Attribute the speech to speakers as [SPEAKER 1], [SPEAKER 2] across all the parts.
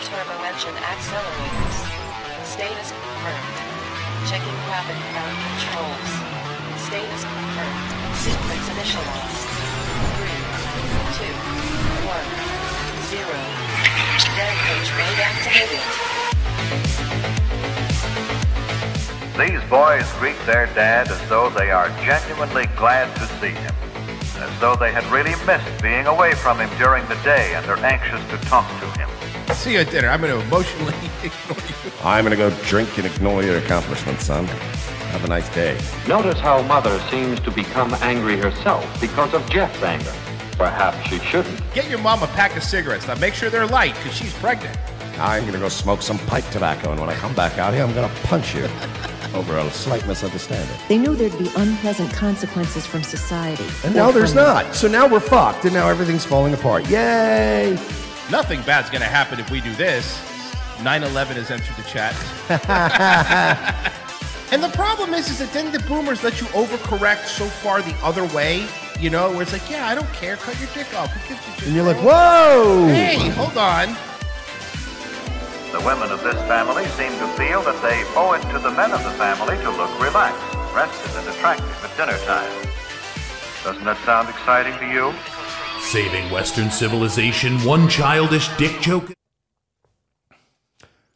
[SPEAKER 1] Ignition accelerators. Status confirmed. Checking rapid ground controls. Status confirmed. Sequence initialized. Three, two, one, zero. Rampage mode activated.
[SPEAKER 2] These boys greet their dad as though they are genuinely glad to see him, as though they had really missed being away from him during the day and are anxious to talk to him.
[SPEAKER 3] See you at dinner. I'm going to emotionally ignore you.
[SPEAKER 4] I'm gonna go drink and ignore your accomplishments, son. Have a nice day.
[SPEAKER 5] Notice how Mother seems to become angry herself because of Jeff's anger. Perhaps she shouldn't.
[SPEAKER 3] Get your mom a pack of cigarettes. Now make sure they're light because she's pregnant.
[SPEAKER 4] I'm gonna go smoke some pipe tobacco, and when I come back out here, I'm gonna punch you over a slight misunderstanding.
[SPEAKER 6] They knew there'd be unpleasant consequences from society.
[SPEAKER 4] And now
[SPEAKER 6] Or
[SPEAKER 4] there's
[SPEAKER 6] from-
[SPEAKER 4] not. So now we're fucked, and now everything's falling apart. Yay!
[SPEAKER 3] Nothing bad's going to happen if we do this. 9 11 has entered the chat. and the problem is, is that then the boomers let you overcorrect so far the other way, you know, where it's like, yeah, I don't care. Cut your dick off. Who gives a shit,
[SPEAKER 4] And you're like,
[SPEAKER 3] bro?
[SPEAKER 4] whoa!
[SPEAKER 3] Hey, hold on.
[SPEAKER 2] The women of this family seem to feel that they owe it to the men of the family to look relaxed, rested, and attractive at dinner time. Doesn't that sound exciting to you?
[SPEAKER 7] Saving Western civilization one childish dick joke.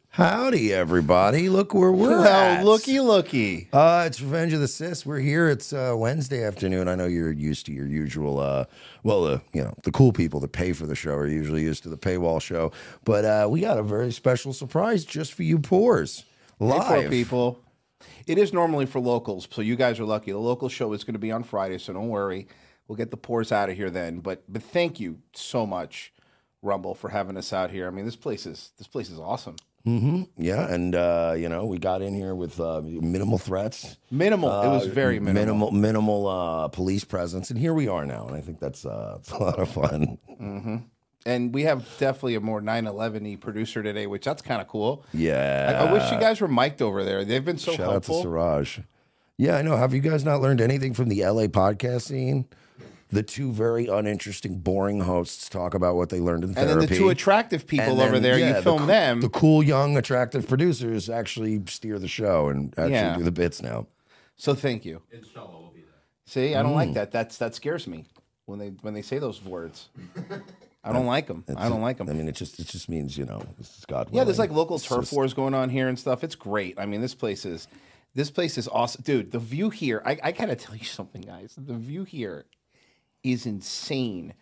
[SPEAKER 4] Howdy, everybody. Look where we're
[SPEAKER 8] Well,
[SPEAKER 4] at.
[SPEAKER 8] looky, looky.
[SPEAKER 4] Uh, it's Revenge of the Sis. We're here. It's uh, Wednesday afternoon. I know you're used to your usual, uh, well, uh, you know, the cool people that pay for the show are usually used to the paywall show. But uh, we got a very special surprise just for you poors.
[SPEAKER 8] Hey,
[SPEAKER 4] Live.
[SPEAKER 8] poor people. It is normally for locals, so you guys are lucky. The local show is going to be on Friday, so don't worry. We'll get the pours out of here then. But but thank you so much, Rumble, for having us out here. I mean, this place is this place is awesome.
[SPEAKER 4] Yeah, and uh, you know, we got in here with uh, minimal threats.
[SPEAKER 8] Minimal. it was
[SPEAKER 4] uh,
[SPEAKER 8] very minimal.
[SPEAKER 4] minimal, minimal, uh, police presence, and here we are now. And I think that's uh, it's a lot of fun.
[SPEAKER 8] And we have definitely a more 9-11-y producer today, which that's kind of cool. I,
[SPEAKER 4] Yeah,
[SPEAKER 8] I wish you guys were mic'd over there. They've been so
[SPEAKER 4] Shout out to
[SPEAKER 8] helpful.
[SPEAKER 4] Siraj. Yeah, I know. Have you guys not learned anything from the LA podcast scene? The two very uninteresting, boring hosts talk about what they learned in
[SPEAKER 8] and
[SPEAKER 4] therapy.
[SPEAKER 8] then the two attractive people
[SPEAKER 4] And
[SPEAKER 8] over
[SPEAKER 4] then,
[SPEAKER 8] there,
[SPEAKER 4] yeah,
[SPEAKER 8] you
[SPEAKER 4] the
[SPEAKER 8] film
[SPEAKER 4] coo-
[SPEAKER 8] them.
[SPEAKER 4] The cool, young, attractive producers actually steer the show and actually
[SPEAKER 8] Yeah.
[SPEAKER 4] do the bits now.
[SPEAKER 8] So thank you. See, I don't like
[SPEAKER 4] Mm.
[SPEAKER 8] that. That's that scares me when they when they say those words. I don't like them. I don't like them.
[SPEAKER 4] I mean, it just it just means you know, this is God.
[SPEAKER 8] yeah, there's
[SPEAKER 4] willing.
[SPEAKER 8] like local
[SPEAKER 4] It's
[SPEAKER 8] turf
[SPEAKER 4] just-
[SPEAKER 8] wars going on here and stuff. It's great. I mean, this place is this place is awesome, dude. The view here, I, I gotta tell you something, guys. The view here is insane.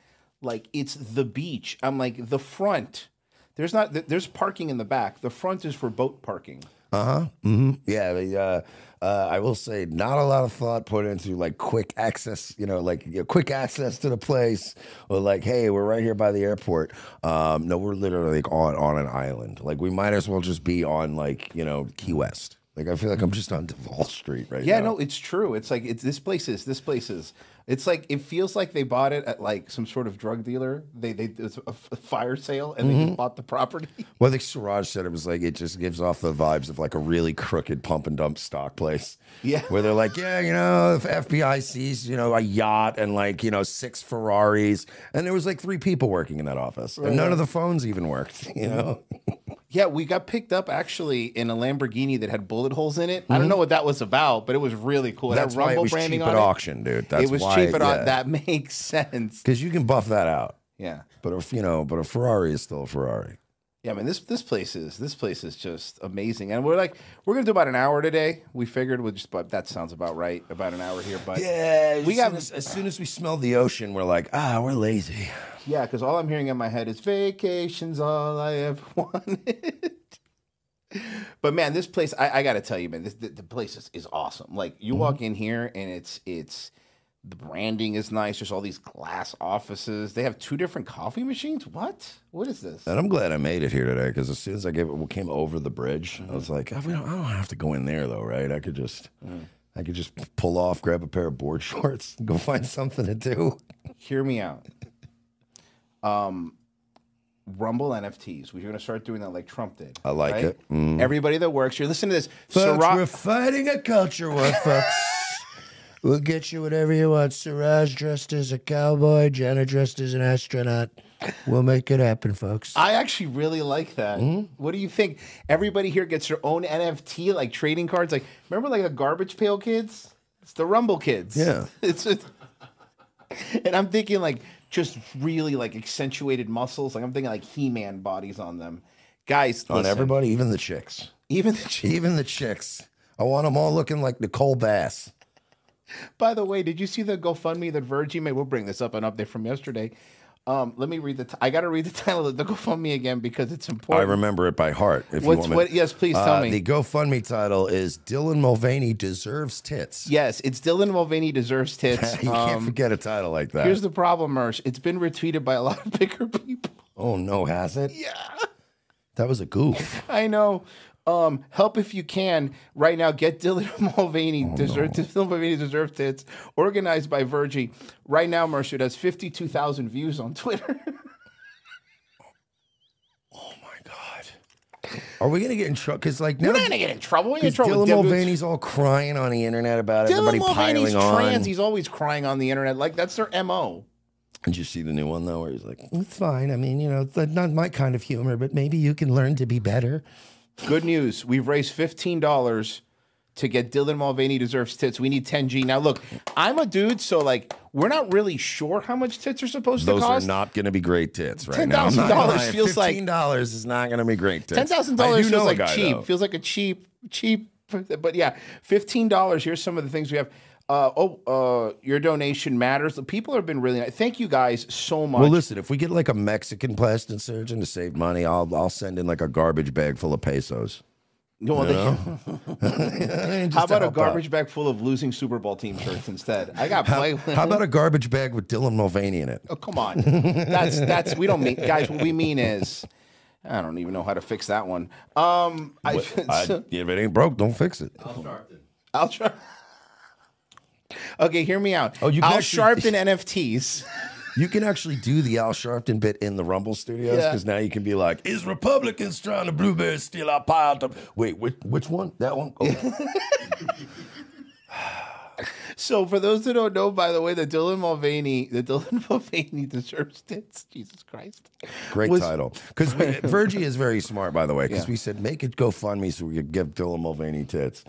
[SPEAKER 8] Like it's the beach. I'm like the front. There's not th- there's parking in the back. The front is for boat parking. Uh-huh. Mm-hmm.
[SPEAKER 4] Yeah, they, uh, uh, I will say, not a lot of thought put into like quick access, you know, like you know, quick access to the place, or like, hey, we're right here by the airport. Um, no, we're literally like on on an island. Like we might as well just be on like you know Key West. Like I feel like I'm just on Duval Street right
[SPEAKER 8] Yeah,
[SPEAKER 4] now.
[SPEAKER 8] no, it's true. It's like it's this place is this place is. It's like it feels like they bought it at like some sort of drug dealer. They they it's a f- fire sale and
[SPEAKER 4] Mm-hmm.
[SPEAKER 8] they just bought the property.
[SPEAKER 4] Well, I think Siraj said it was like it just gives off the vibes of like a really crooked pump and dump stock place.
[SPEAKER 8] Yeah.
[SPEAKER 4] Where they're like, yeah, you know, if FBI sees, you know, a yacht and like, you know, six Ferraris. And there was like three people working in that office. And none of the phones even worked, you know?
[SPEAKER 8] Yeah, we got picked up actually in a Lamborghini that had bullet holes in it. I don't know what that was about, but it was really cool. It had
[SPEAKER 4] Mm-hmm. That's why it was cheap
[SPEAKER 8] on
[SPEAKER 4] at auction, dude. That's
[SPEAKER 8] it was
[SPEAKER 4] why,
[SPEAKER 8] cheap at au- That makes sense.
[SPEAKER 4] Because you can buff that out.
[SPEAKER 8] Yeah,
[SPEAKER 4] But if, you know, but a Ferrari is still a Ferrari.
[SPEAKER 8] yeah. I mean this this place is this place is just amazing. And we're like we're gonna do about an hour today. We figured we just but that sounds about right. About an hour here, but
[SPEAKER 4] Yeah.
[SPEAKER 8] We
[SPEAKER 4] we
[SPEAKER 8] got-
[SPEAKER 4] got as, as soon as we smell the ocean, we're like, ah, we're lazy.
[SPEAKER 8] Yeah, because all I'm hearing in my head is vacations, all I ever wanted. but man, this place, I, I gotta tell you, man, this the, the place is, is awesome. Like
[SPEAKER 4] Mm-hmm.
[SPEAKER 8] you walk in here and it's it's the branding is nice. There's all these glass offices. They have two different coffee machines. What? What is this?
[SPEAKER 4] And I'm glad I made it here today because as soon as I gave it, came over the bridge, I was like, I don't, I don't have to go in there though, right? I could just, I could just pull off, grab a pair of board shorts, and go find something to do.
[SPEAKER 8] Hear me out. Um, Rumble NFTs. We're gonna start doing that like Trump did.
[SPEAKER 4] I like
[SPEAKER 8] right?
[SPEAKER 4] it. Mm.
[SPEAKER 8] Everybody that works here, listen to this.
[SPEAKER 4] Folks,
[SPEAKER 8] Syrah-
[SPEAKER 4] we're fighting a culture war, folks. We'll get you whatever you want. Siraj dressed as a cowboy, Jenna dressed as an astronaut. We'll make it happen, folks.
[SPEAKER 8] I actually really like that.
[SPEAKER 4] Mm-hmm.
[SPEAKER 8] What do you think? Everybody here gets their own NFT, like trading cards. Like remember, like the garbage pail kids. It's the Rumble Kids.
[SPEAKER 4] Yeah.
[SPEAKER 8] it's, it's and I'm thinking like just really like accentuated muscles. Like I'm thinking like He-Man bodies on them. Guys,
[SPEAKER 4] On
[SPEAKER 8] listen,
[SPEAKER 4] everybody, even the chicks.
[SPEAKER 8] even the chief.
[SPEAKER 4] Even the chicks. I want them all looking like Nicole Bass.
[SPEAKER 8] By the way, did you see the GoFundMe that Virgie made? We'll bring this up an update from yesterday. Um, let me read the. T- I got to read the title of the GoFundMe again because it's
[SPEAKER 4] I
[SPEAKER 8] important.
[SPEAKER 4] remember it by heart.
[SPEAKER 8] What's-
[SPEAKER 4] If you want me-
[SPEAKER 8] what- yes, please tell
[SPEAKER 4] Uh,
[SPEAKER 8] me.
[SPEAKER 4] The GoFundMe title is Dylan Mulvaney Deserves Tits.
[SPEAKER 8] Yes, it's Dylan Mulvaney deserves tits.
[SPEAKER 4] you can't
[SPEAKER 8] Um,
[SPEAKER 4] forget a title like that.
[SPEAKER 8] Here's the problem, Mersh. It's been retweeted by a lot of bigger people.
[SPEAKER 4] oh, no, has it?
[SPEAKER 8] Yeah.
[SPEAKER 4] That was a goof.
[SPEAKER 8] I know. Um, help if you can right now. Get Dylan Mulvaney
[SPEAKER 4] Oh,
[SPEAKER 8] deserve Dylan Mulvaney deserve tits organized by Virgie right now. Mersh it has fifty two thousand views on Twitter.
[SPEAKER 4] Oh, my God. Are we going to get in trouble? Because, like, now.
[SPEAKER 8] You're not gonna get in trouble. You're in
[SPEAKER 4] 'cause
[SPEAKER 8] trouble.
[SPEAKER 4] Dylan
[SPEAKER 8] with Dylan-
[SPEAKER 4] Mulvaney's all crying on the internet about it.
[SPEAKER 8] Dylan
[SPEAKER 4] Everybody
[SPEAKER 8] Mulvaney's
[SPEAKER 4] piling on.
[SPEAKER 8] trans. He's always crying on the internet. Like that's their mo.
[SPEAKER 4] Did you see the new one though, where he's like, "It's fine. I mean, you know, it's not my kind of humor, but maybe you can learn to be better."
[SPEAKER 8] Good news. We've raised fifteen dollars to get Dylan Mulvaney deserves tits. We need ten G. Now look, I'm a dude, so like we're not really sure how much tits are supposed
[SPEAKER 4] Those
[SPEAKER 8] to
[SPEAKER 4] are
[SPEAKER 8] cost.
[SPEAKER 4] not going to be great tits right
[SPEAKER 8] $10,000
[SPEAKER 4] now. I'm not gonna lie.
[SPEAKER 8] feels like-
[SPEAKER 4] fifteen dollars is not going to be great tits.
[SPEAKER 8] Ten thousand
[SPEAKER 4] I do
[SPEAKER 8] dollars feels
[SPEAKER 4] know a
[SPEAKER 8] like
[SPEAKER 4] guy,
[SPEAKER 8] cheap.
[SPEAKER 4] though.
[SPEAKER 8] Feels like a cheap, cheap. But yeah, fifteen dollars. Here's some of the things we have. Uh, oh, uh, your donation matters. The people have been really. Nice. Thank you guys so much.
[SPEAKER 4] Well, listen, if we get like a Mexican plastic surgeon to save money, I'll I'll send in like a garbage bag full of pesos.
[SPEAKER 8] No, well, they-
[SPEAKER 4] Just
[SPEAKER 8] how
[SPEAKER 4] to
[SPEAKER 8] about a
[SPEAKER 4] help
[SPEAKER 8] garbage
[SPEAKER 4] out.
[SPEAKER 8] bag full of losing Super Bowl team shirts instead? I got play.
[SPEAKER 4] How about a garbage bag with Dylan Mulvaney in it?
[SPEAKER 8] Oh, come on. That's that's we don't mean guys. What we mean is, I don't even know how to fix that one. Um, I,
[SPEAKER 4] I- if it ain't broke, don't fix it.
[SPEAKER 8] I'll try. Okay, hear me out.
[SPEAKER 4] Oh, you can
[SPEAKER 8] Al
[SPEAKER 4] actually-
[SPEAKER 8] Sharpton NFTs.
[SPEAKER 4] You can actually do the Al Sharpton bit in the Rumble Studios
[SPEAKER 8] Yeah.
[SPEAKER 4] because now you can be like, "Is Republicans trying to blueberry steal our pile?" To-? Wait, which, which one? That one? Oh.
[SPEAKER 8] So for those that don't know, by the way, the Dylan Mulvaney, the Dylan Mulvaney deserves tits. Jesus Christ.
[SPEAKER 4] Great
[SPEAKER 8] Was-
[SPEAKER 4] title. Because Virgie is very smart, by the way. Because
[SPEAKER 8] Yeah.
[SPEAKER 4] we said make it GoFundMe so we could give Dylan Mulvaney tits,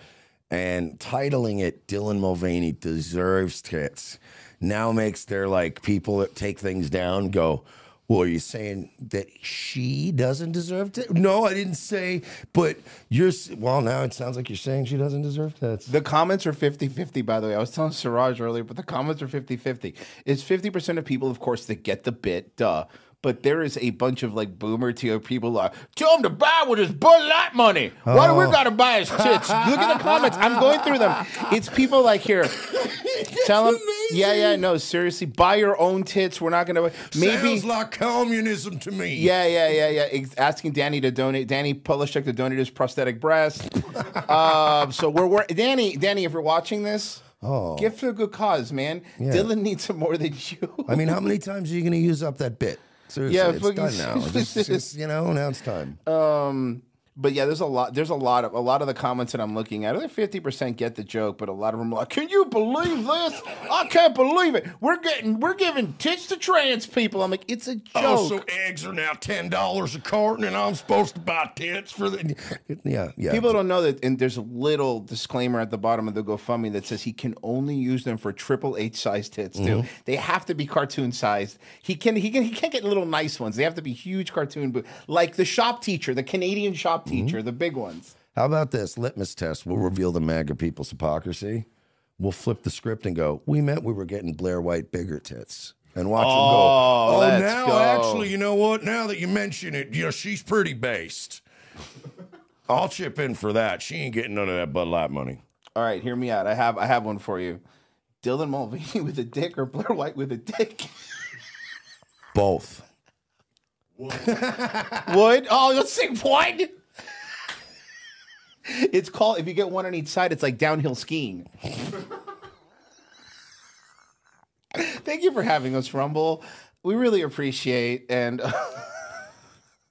[SPEAKER 4] and titling it "Dylan Mulvaney deserves tits" now makes their like people that take things down go. Well, are you saying that she doesn't deserve tits? No, I didn't say. But you're s- well. Now it sounds like you're saying she doesn't deserve tits.
[SPEAKER 8] The comments are 50-50, by the way. I was telling Siraj earlier, but the comments are 50-50. It's 50% of people, of course, that get the bit, duh. But there is a bunch of like boomer tier people like, tell him to buy with his Bud Light money. Why do we
[SPEAKER 4] Oh.
[SPEAKER 8] gotta buy his tits? Look at the comments. I'm going through them. It's people like here. tell him, yeah, yeah, no, seriously, buy your own tits. We're not gonna maybe
[SPEAKER 4] Sounds like communism to me.
[SPEAKER 8] Yeah, yeah, yeah, yeah. Ex- asking Danny to donate, Danny Polishek to donate his prosthetic breast. uh, so we're, we Danny, Danny, if you're watching this,
[SPEAKER 4] Oh.
[SPEAKER 8] give to a good cause, man.
[SPEAKER 4] Yeah.
[SPEAKER 8] Dylan needs him more than you.
[SPEAKER 4] I mean, how many times are you going to use up that bit? Seriously,
[SPEAKER 8] Yeah,
[SPEAKER 4] it's
[SPEAKER 8] fucking
[SPEAKER 4] done now. It's just- it's just, you know, now it's time.
[SPEAKER 8] But yeah, there's a lot. There's a lot of a lot of the comments that I'm looking at. Other fifty percent get the joke, but a lot of them are like, "Can you believe this? I can't believe it. We're getting, we're giving tits to trans people." I'm like, it's a joke.
[SPEAKER 4] Oh, eggs are now ten dollars a carton, and I'm supposed to buy tits for the. Yeah, yeah.
[SPEAKER 8] People don't know that, and there's a little disclaimer at the bottom of the GoFundMe that says he can only use them for triple H sized tits too. They have to be cartoon sized. He can he can he can't get little nice ones. They have to be huge cartoon, bo- like the shop teacher, the Canadian shop teacher, the big ones.
[SPEAKER 4] How about this litmus test? We'll reveal the MAGA people's hypocrisy. We'll flip the script and go. We meant we were getting Blair White bigger tits, and watch
[SPEAKER 8] Oh,
[SPEAKER 4] them
[SPEAKER 8] let's
[SPEAKER 4] go.
[SPEAKER 8] go."
[SPEAKER 4] you know what? Now that you mention it, you know she's pretty based. I'll chip in for that. She ain't getting none of that Bud Light money.
[SPEAKER 8] All right, hear me out. I have I have one for you. Dylan Mulvaney with a dick or Blair White with a dick?
[SPEAKER 4] Both.
[SPEAKER 8] Would oh let's say what? It's called if you get one on each side, it's like downhill skiing. Thank you for having us, Rumble. We really appreciate and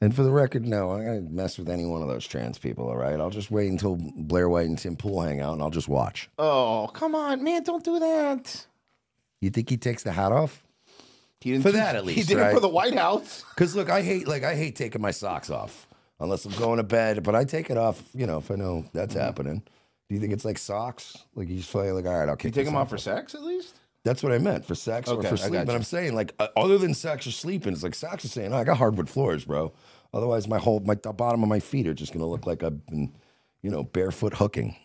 [SPEAKER 4] And for the record, no, I'm gonna mess with any one of those trans people. All right, I'll just wait until Blair White and Tim Pool hang out, and I'll just watch.
[SPEAKER 8] Oh, come on, man! Don't do that.
[SPEAKER 4] You think he takes the hat off?
[SPEAKER 8] He didn't
[SPEAKER 4] For
[SPEAKER 8] do-
[SPEAKER 4] that, at
[SPEAKER 8] he
[SPEAKER 4] least,
[SPEAKER 8] did it for
[SPEAKER 4] right?
[SPEAKER 8] the White House.
[SPEAKER 4] Because look, I hate like I hate taking my socks off unless I'm going to bed, but I take it off. You know, if I know that's
[SPEAKER 8] Mm-hmm.
[SPEAKER 4] happening. Do you think it's like socks? Like he's playing like all right, I'll kick
[SPEAKER 8] You take
[SPEAKER 4] this
[SPEAKER 8] him off for
[SPEAKER 4] off.
[SPEAKER 8] sex, at least.
[SPEAKER 4] That's what I meant for sex
[SPEAKER 8] Okay,
[SPEAKER 4] or
[SPEAKER 8] I
[SPEAKER 4] for sleep.
[SPEAKER 8] gotcha.
[SPEAKER 4] But I'm saying like uh, other than sex or sleeping, it's like socks are saying "Oh, I got hardwood floors, bro. Otherwise, my whole my the bottom of my feet are just gonna look like I've been, you know, barefoot hooking.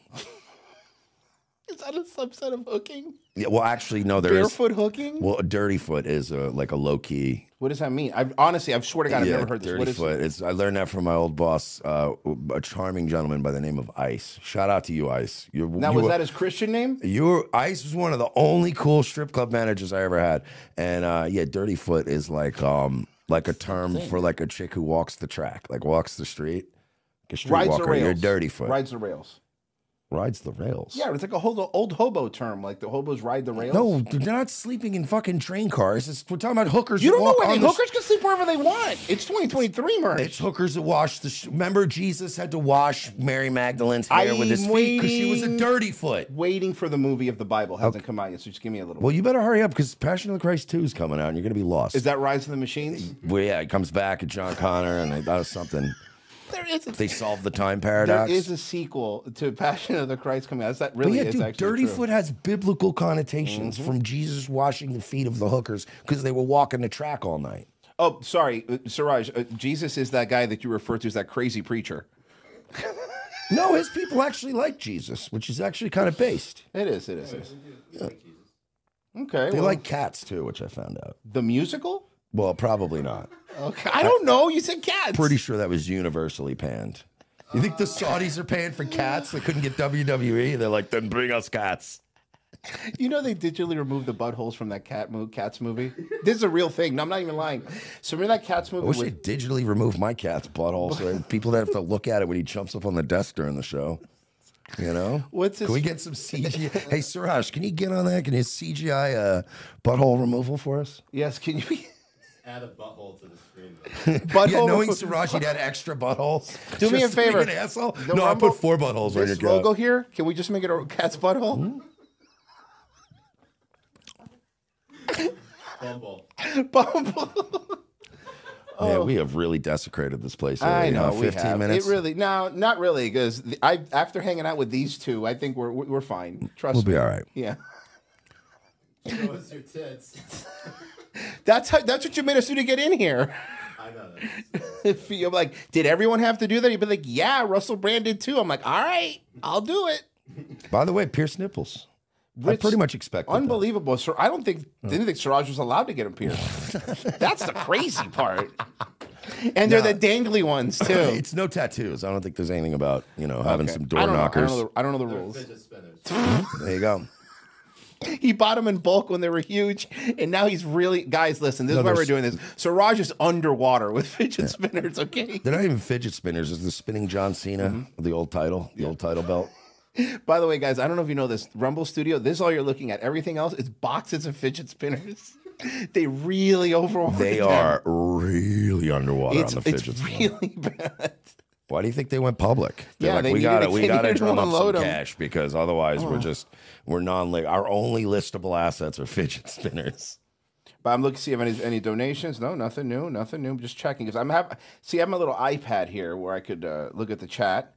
[SPEAKER 8] Is that a subset of hooking?
[SPEAKER 4] Yeah, well, actually, no, there is.
[SPEAKER 8] Barefoot hooking.
[SPEAKER 4] Well, a dirty foot is a, like a low key.
[SPEAKER 8] What does that mean? I've honestly, I've swear to God, I've
[SPEAKER 4] yeah,
[SPEAKER 8] never heard this.
[SPEAKER 4] dirty
[SPEAKER 8] What is
[SPEAKER 4] foot. It's, I learned that from my old boss, uh, a charming gentleman by the name of Ice. Shout out to you, Ice. You're,
[SPEAKER 8] now?
[SPEAKER 4] you uh,
[SPEAKER 8] Was
[SPEAKER 4] were-
[SPEAKER 8] that his Christian name?
[SPEAKER 4] You were, Ice was one of the only cool strip club managers I ever had, and uh, yeah, dirty foot is like um like a term for like a chick who walks the track, like walks the street, like a street
[SPEAKER 8] Rides the
[SPEAKER 4] walker.
[SPEAKER 8] rails.
[SPEAKER 4] You're dirty foot.
[SPEAKER 8] Rides the rails.
[SPEAKER 4] Rides the rails.
[SPEAKER 8] Yeah, it's like a whole old hobo term. Like the hobos ride the rails.
[SPEAKER 4] No, they're not sleeping in fucking train cars. It's, we're talking about hookers.
[SPEAKER 8] you
[SPEAKER 4] that
[SPEAKER 8] don't know
[SPEAKER 4] walk
[SPEAKER 8] where
[SPEAKER 4] on
[SPEAKER 8] they
[SPEAKER 4] the s-
[SPEAKER 8] hookers can sleep wherever they want. It's 2023, Murray.
[SPEAKER 4] It's hookers that wash the. Sh- Remember, Jesus had to wash Mary Magdalene's hair with his
[SPEAKER 8] I'm
[SPEAKER 4] feet because she was a
[SPEAKER 8] waiting.
[SPEAKER 4] dirty foot.
[SPEAKER 8] Waiting for the movie of the Bible hasn't come out yet, so just give me a little.
[SPEAKER 4] Well, you better hurry up because Passion of the Christ 2 is coming out and you're going to be lost.
[SPEAKER 8] is that Rise of the Machines?
[SPEAKER 4] Well, yeah, it comes back at John Connor and that was something.
[SPEAKER 8] There is a,
[SPEAKER 4] They solved the time
[SPEAKER 8] there
[SPEAKER 4] paradox.
[SPEAKER 8] is a sequel to Passion of the Christ coming out. Is that
[SPEAKER 4] But
[SPEAKER 8] really
[SPEAKER 4] yeah,
[SPEAKER 8] is
[SPEAKER 4] dude,
[SPEAKER 8] actually
[SPEAKER 4] dirty
[SPEAKER 8] true. Mm-hmm.
[SPEAKER 4] foot has biblical connotations from Jesus washing the feet of the hookers because they were walking the track all night.
[SPEAKER 8] Oh, sorry, uh, Siraj. Uh, Jesus is that guy that you refer to as that crazy preacher.
[SPEAKER 4] No, his people actually like Jesus, which is actually kind of based.
[SPEAKER 8] It is. It is. It is. Okay.
[SPEAKER 4] They
[SPEAKER 8] well,
[SPEAKER 4] like cats too, which I found out.
[SPEAKER 8] the musical.
[SPEAKER 4] Well, probably not.
[SPEAKER 8] Okay. I don't know. You said cats.
[SPEAKER 4] pretty sure that was universally panned. You think the Saudis are paying for cats? They couldn't get WWE. They're like, then bring us cats.
[SPEAKER 8] You know they digitally removed the buttholes from that cat mo- cats movie. This is a real thing. No, I'm not even lying. So remember that cats movie?
[SPEAKER 4] I wish
[SPEAKER 8] with-
[SPEAKER 4] they digitally removed my cat's butthole so that people don't have to look at it when he jumps up on the desk during the show. You know?
[SPEAKER 8] What's his-
[SPEAKER 4] Can we get some CGI? hey, Suraj, can you get on that? Can you CGI uh, butthole removal for us?
[SPEAKER 8] yes. Can you?
[SPEAKER 9] Add a butthole to the screen.
[SPEAKER 8] butthole.
[SPEAKER 4] yeah, knowing
[SPEAKER 8] removal-
[SPEAKER 4] Suraj, he'd add extra buttholes.
[SPEAKER 8] Do me
[SPEAKER 4] just
[SPEAKER 8] a
[SPEAKER 4] to be
[SPEAKER 8] favor.
[SPEAKER 4] an asshole.
[SPEAKER 8] The
[SPEAKER 4] No, I
[SPEAKER 8] Rumble-
[SPEAKER 4] put four buttholes on your
[SPEAKER 8] This
[SPEAKER 4] go.
[SPEAKER 8] logo here. Can we just make it a cat's butthole?
[SPEAKER 4] Hmm?
[SPEAKER 9] Bumble.
[SPEAKER 8] Bumble.
[SPEAKER 4] Yeah, we have really desecrated this place.
[SPEAKER 8] Oh. I
[SPEAKER 4] already,
[SPEAKER 8] know.
[SPEAKER 4] huh?
[SPEAKER 8] we
[SPEAKER 4] 15
[SPEAKER 8] have.
[SPEAKER 4] minutes.
[SPEAKER 8] It really. No, not really. Because I after hanging out with these two, I think we're we're we're fine. Trust
[SPEAKER 4] We'll
[SPEAKER 8] me.
[SPEAKER 4] be all right.
[SPEAKER 8] Yeah.
[SPEAKER 9] Show us your tits.
[SPEAKER 8] That's how. That's what you made us do to get in here.
[SPEAKER 9] I know that.
[SPEAKER 8] If you're like, did everyone have to do that? You'd be like, yeah, Russell Brand did too. I'm like, all right, I'll do it.
[SPEAKER 4] By the way, Pierce nipples. I
[SPEAKER 8] Rich-
[SPEAKER 4] pretty much expected. that. Hmm.
[SPEAKER 8] Unbelievable. So I don't think didn't think Siraj was allowed to get them pierced. That's the crazy part. And they're the dangly ones too.
[SPEAKER 4] It's no tattoos. I don't think there's anything about you know having
[SPEAKER 8] Okay.
[SPEAKER 4] some door
[SPEAKER 8] I don't know- I
[SPEAKER 4] knockers.
[SPEAKER 8] don't, know, the- I don't know the rules.
[SPEAKER 9] Fidget spinners.
[SPEAKER 4] There you go.
[SPEAKER 8] He bought them in bulk when they were huge, and now he's really guys. Listen, this is why we're
[SPEAKER 4] there's-
[SPEAKER 8] doing this. Siraj is underwater with fidget spinners. Okay.
[SPEAKER 4] They're not even fidget spinners. It's the spinning John Cena,
[SPEAKER 8] Mm-hmm.
[SPEAKER 4] the old title, the old title belt.
[SPEAKER 8] By the way, guys, I don't know if you know this Rumble Studio. This is all you're looking at. Everything else is boxes of fidget spinners. they really overwhelm.
[SPEAKER 4] They are really underwater
[SPEAKER 8] It's,
[SPEAKER 4] on the
[SPEAKER 8] it's
[SPEAKER 4] fidget spinner.
[SPEAKER 8] really bad.
[SPEAKER 4] Why do you think they went public? They're
[SPEAKER 8] Yeah,
[SPEAKER 4] like,
[SPEAKER 8] they
[SPEAKER 4] we
[SPEAKER 8] needed-
[SPEAKER 4] gotta, we
[SPEAKER 8] they
[SPEAKER 4] gotta
[SPEAKER 8] needed
[SPEAKER 4] drum
[SPEAKER 8] to
[SPEAKER 4] up some
[SPEAKER 8] unload 'em."
[SPEAKER 4] cash because otherwise we're just we're non our only listable assets are fidget spinners.
[SPEAKER 8] But I'm looking to see if any any donations. No, nothing new, nothing new. I'm just checking because I'm have see I have my little iPad here where I could uh, look at the chat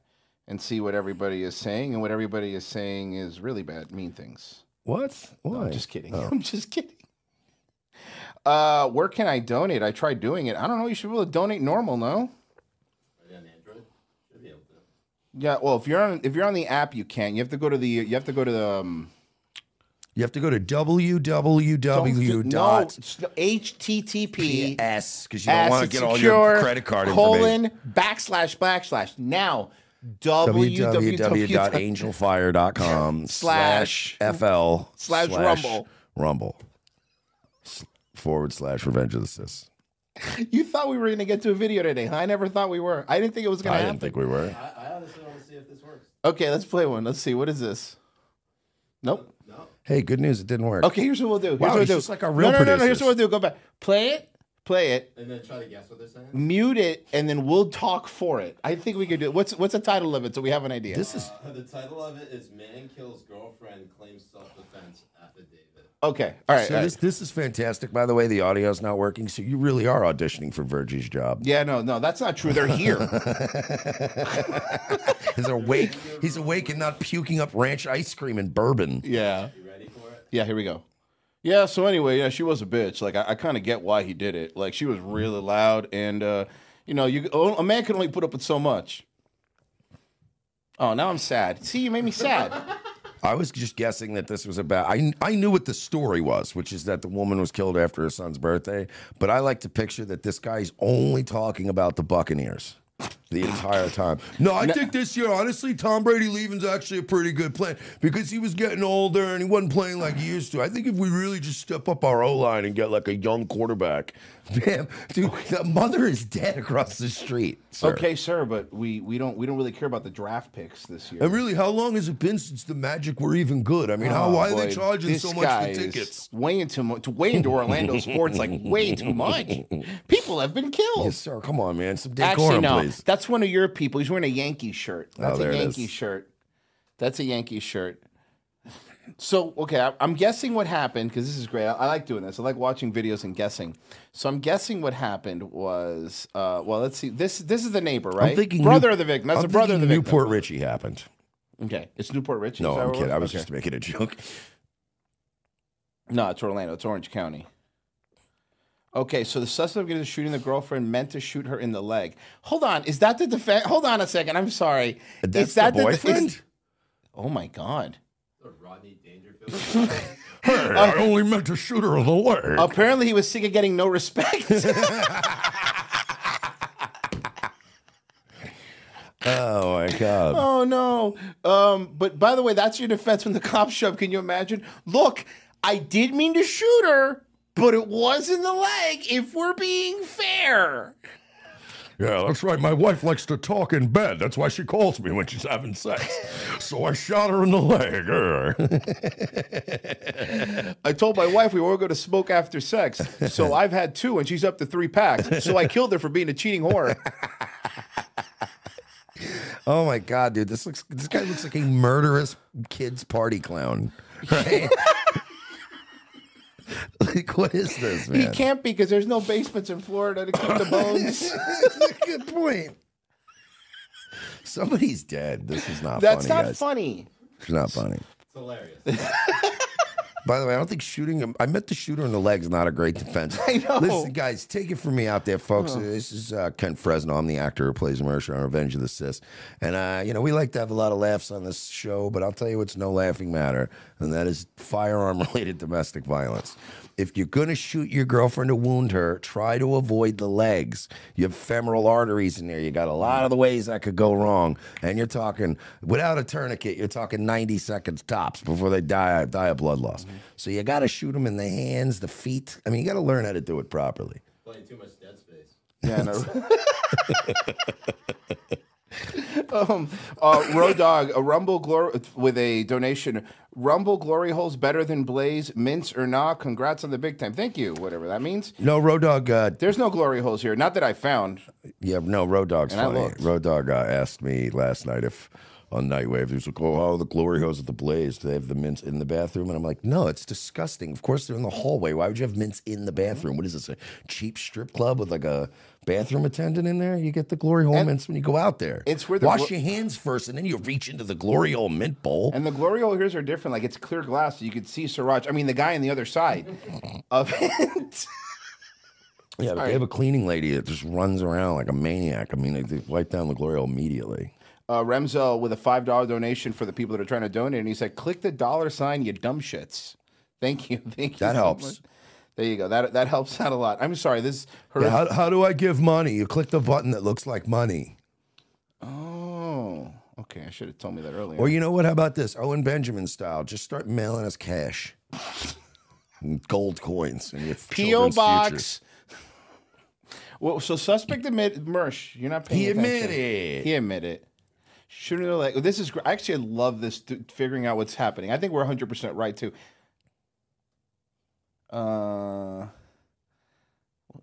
[SPEAKER 8] and see what everybody is saying, and what everybody is saying is really bad, mean things.
[SPEAKER 4] What? Why?
[SPEAKER 8] I'm just kidding.
[SPEAKER 4] Oh.
[SPEAKER 8] I'm just kidding. Uh, where can I donate? I tried doing it. I don't know. You should be able to donate normal, no?
[SPEAKER 9] Right on Android. Should be able to.
[SPEAKER 8] Yeah. Well, if you're on if you're on the app, you can. You have to go to the you have to go to the um,
[SPEAKER 4] You have to go to www.
[SPEAKER 8] no, it's the HTTP
[SPEAKER 4] S because you don't
[SPEAKER 8] as
[SPEAKER 4] want to get all your credit card information.
[SPEAKER 8] colon backslash backslash now www
[SPEAKER 4] www.angelfire.com slash
[SPEAKER 8] Slash-
[SPEAKER 4] fl
[SPEAKER 8] slash Rumble.
[SPEAKER 4] rumble S- forward slash revenge of the sis.
[SPEAKER 8] you thought we were going to get to a video today huh? i never thought we were i didn't think it was going
[SPEAKER 4] I
[SPEAKER 8] to
[SPEAKER 4] didn't
[SPEAKER 8] happen
[SPEAKER 4] think we were.
[SPEAKER 9] I, I honestly want to see if this works.
[SPEAKER 8] okay let's play one let's see what is this nope
[SPEAKER 9] No.
[SPEAKER 4] Hey, good news. It didn't work.
[SPEAKER 8] okay here's what we'll do here's
[SPEAKER 4] Wow,
[SPEAKER 8] what
[SPEAKER 4] he's
[SPEAKER 8] we'll do
[SPEAKER 4] just like our real
[SPEAKER 8] no, no, no, no,
[SPEAKER 4] producers.
[SPEAKER 8] here's what we'll do go back play it play it,
[SPEAKER 9] And then try to guess what they're saying?
[SPEAKER 8] mute it, and then we'll talk for it. I think we could do. What's what's the title of it? So we have an idea.
[SPEAKER 4] This is
[SPEAKER 9] Uh, the title of it is Man Kills Girlfriend Claims Self Defense Affidavit.
[SPEAKER 8] okay. All right.
[SPEAKER 4] so
[SPEAKER 8] all right.
[SPEAKER 4] this this is fantastic. By the way, the audio's not working, so you really are auditioning for Virgie's job.
[SPEAKER 8] yeah. No. No. That's not true. They're here.
[SPEAKER 4] He's awake. He's awake and not puking up ranch ice cream and bourbon.
[SPEAKER 8] yeah.
[SPEAKER 9] You ready for it?
[SPEAKER 8] Yeah. Here we go. Yeah. So anyway, yeah, she was a bitch. Like I, I kind of get why he did it. Like she was really loud, and uh, you know, you oh, a man can only put up with so much. Oh, now I'm sad. See, you made me sad.
[SPEAKER 4] I was just guessing that this was about. I I knew what the story was, which is that the woman was killed after her son's birthday. But I like to picture that this guy's only talking about the Buccaneers the entire time. No, I think this year, honestly, Tom Brady leaving's actually a pretty good plan because he was getting older and he wasn't playing like he used to. I think if we really just step up our O line and get like a young quarterback, man, dude, the mother is dead across the street. sir.
[SPEAKER 8] Okay, sir, but we we don't we don't really care about the draft picks this year.
[SPEAKER 4] And really, how long has it been since the Magic were even good? I mean, how
[SPEAKER 8] Oh,
[SPEAKER 4] why are
[SPEAKER 8] boy,
[SPEAKER 4] they charging
[SPEAKER 8] this
[SPEAKER 4] so much
[SPEAKER 8] guy
[SPEAKER 4] for
[SPEAKER 8] is
[SPEAKER 4] tickets?
[SPEAKER 8] Way into much, way into Orlando sports, like way too much. People have been killed.
[SPEAKER 4] Yes, sir. Come on, man. Some decorum,
[SPEAKER 8] Actually, no,
[SPEAKER 4] please. Oh,
[SPEAKER 8] that's one of your people. He's wearing a Yankee shirt. That's
[SPEAKER 4] there
[SPEAKER 8] a
[SPEAKER 4] it
[SPEAKER 8] Yankee
[SPEAKER 4] is.
[SPEAKER 8] shirt. That's a Yankee shirt. So okay, I- I'm guessing what happened because this is great. I, I like doing this. I like watching videos and guessing. So I'm guessing what happened was, uh, well, let's see. This this is the neighbor, right?
[SPEAKER 4] I'm thinking
[SPEAKER 8] brother
[SPEAKER 4] New-
[SPEAKER 8] of the victim. That's the
[SPEAKER 4] I'm
[SPEAKER 8] brother of the
[SPEAKER 4] thinking
[SPEAKER 8] victim.
[SPEAKER 4] Newport Richie happened.
[SPEAKER 8] Okay, it's Newport Rich.
[SPEAKER 4] No, I'm kidding. I was just making a joke.
[SPEAKER 8] No, it's Orlando. It's Orange County. Okay, so the suspect of the shooting the girlfriend meant to shoot her in the leg. Hold on, is that the defense? Hold on a second. I'm sorry.
[SPEAKER 4] That's
[SPEAKER 8] is that
[SPEAKER 4] the
[SPEAKER 8] it's-
[SPEAKER 4] boyfriend.
[SPEAKER 8] oh my god!
[SPEAKER 9] The Rodney Dangerfield.
[SPEAKER 8] Oh.
[SPEAKER 4] Hey, I only meant to shoot her in the leg.
[SPEAKER 8] Apparently, he was sick of getting no respect.
[SPEAKER 4] oh my god.
[SPEAKER 8] oh no! Um, but by the way, that's your defense when the cops show up. Can you imagine? Look, I did mean to shoot her, but it was in the leg. If we're being fair.
[SPEAKER 4] Yeah, that's right. My wife likes to talk in bed. That's why she calls me when she's having sex. So I shot her in the leg. Err.
[SPEAKER 8] I told my wife we were going to smoke after sex, so I've had two, and she's up to three packs. So I killed her for being a cheating whore.
[SPEAKER 4] oh my god, dude! This looks. This guy looks like a murderous kids party clown. Right? like, what is this, man?
[SPEAKER 8] He can't be because there's no basements in Florida to keep the bones.
[SPEAKER 4] Good point. Somebody's dead. This is not
[SPEAKER 8] That's
[SPEAKER 4] funny.
[SPEAKER 8] not
[SPEAKER 4] guys.
[SPEAKER 8] funny.
[SPEAKER 4] It's not funny.
[SPEAKER 9] it's hilarious.
[SPEAKER 4] By the way, I don't think shooting him. I meant the shooter in the leg is not a great defense. I
[SPEAKER 8] know.
[SPEAKER 4] Listen, guys, take it from me out there, folks. This is uh, Kent Fresno. I'm the actor who plays Mercer on Revenge of the Sis. And, uh, you know, we like to have a lot of laughs on this show, but I'll tell you what's no laughing matter, and that is firearm related domestic violence. If you're going to shoot your girlfriend to wound her, try to avoid the legs. You have femoral arteries in there. You got a lot of the ways that could go wrong. And you're talking, without a tourniquet, you're talking 90 seconds tops before they die, die of blood loss. So you got to shoot them in the hands, the feet. I mean, you got to learn how to do it properly.
[SPEAKER 9] Playing too much Dead Space.
[SPEAKER 8] Yeah, um, uh, Road Dog, a Rumble Glory with a donation. Rumble Glory holes better than Blaze, mints or not. Congrats on the big time. Thank you, whatever that means.
[SPEAKER 4] No, Road Dog, uh,
[SPEAKER 8] There's no glory holes here. Not that I found.
[SPEAKER 4] yeah, no, Road Dog's
[SPEAKER 8] And I
[SPEAKER 4] funny.
[SPEAKER 8] looked.
[SPEAKER 4] Road Dog uh, asked me last night if on Nightwave, he was like, oh, how are the glory hoes at the blaze? Do they have the mints in the bathroom? And I'm like, no, it's disgusting. Of course, they're in the hallway. Why would you have mints in the bathroom? What is this, a cheap strip club with like a bathroom attendant in there? You get the glory hole mints when you go out there.
[SPEAKER 8] it's where the
[SPEAKER 4] Wash
[SPEAKER 8] glo-
[SPEAKER 4] your hands first, and then you reach into the glory hole mint bowl.
[SPEAKER 8] And the glory hole here are different. Like it's clear glass, so you could see Siraj. I mean, the guy on the other side of it.
[SPEAKER 4] yeah, but they have a cleaning lady that just runs around like a maniac. I mean, they, they wipe down the glory hole immediately.
[SPEAKER 8] Uh, Remzo with a five dollar donation for the people that are trying to donate, and he said, "Click the dollar sign, you dumb shits." Thank you, thank you.
[SPEAKER 4] That
[SPEAKER 8] so
[SPEAKER 4] helps.
[SPEAKER 8] much. There you go. That that helps out a lot. I'm sorry. This
[SPEAKER 4] Yeah,
[SPEAKER 8] horrific.
[SPEAKER 4] how, how do I give money? You click the button that looks like money.
[SPEAKER 8] oh, okay. I should have told me that earlier.
[SPEAKER 4] Or you know what? How about this? Owen Benjamin style. Just start mailing us cash, And gold coins, and your
[SPEAKER 8] PO
[SPEAKER 4] children's
[SPEAKER 8] box.
[SPEAKER 4] futures.
[SPEAKER 8] Well, so suspect admit Mersh, you're not paying.
[SPEAKER 4] He
[SPEAKER 8] attention.
[SPEAKER 4] admitted.
[SPEAKER 8] He admitted. Shouldn't have like this is. gr- I actually love this. th- figuring out what's happening. I think we're 100 percent right too. Uh,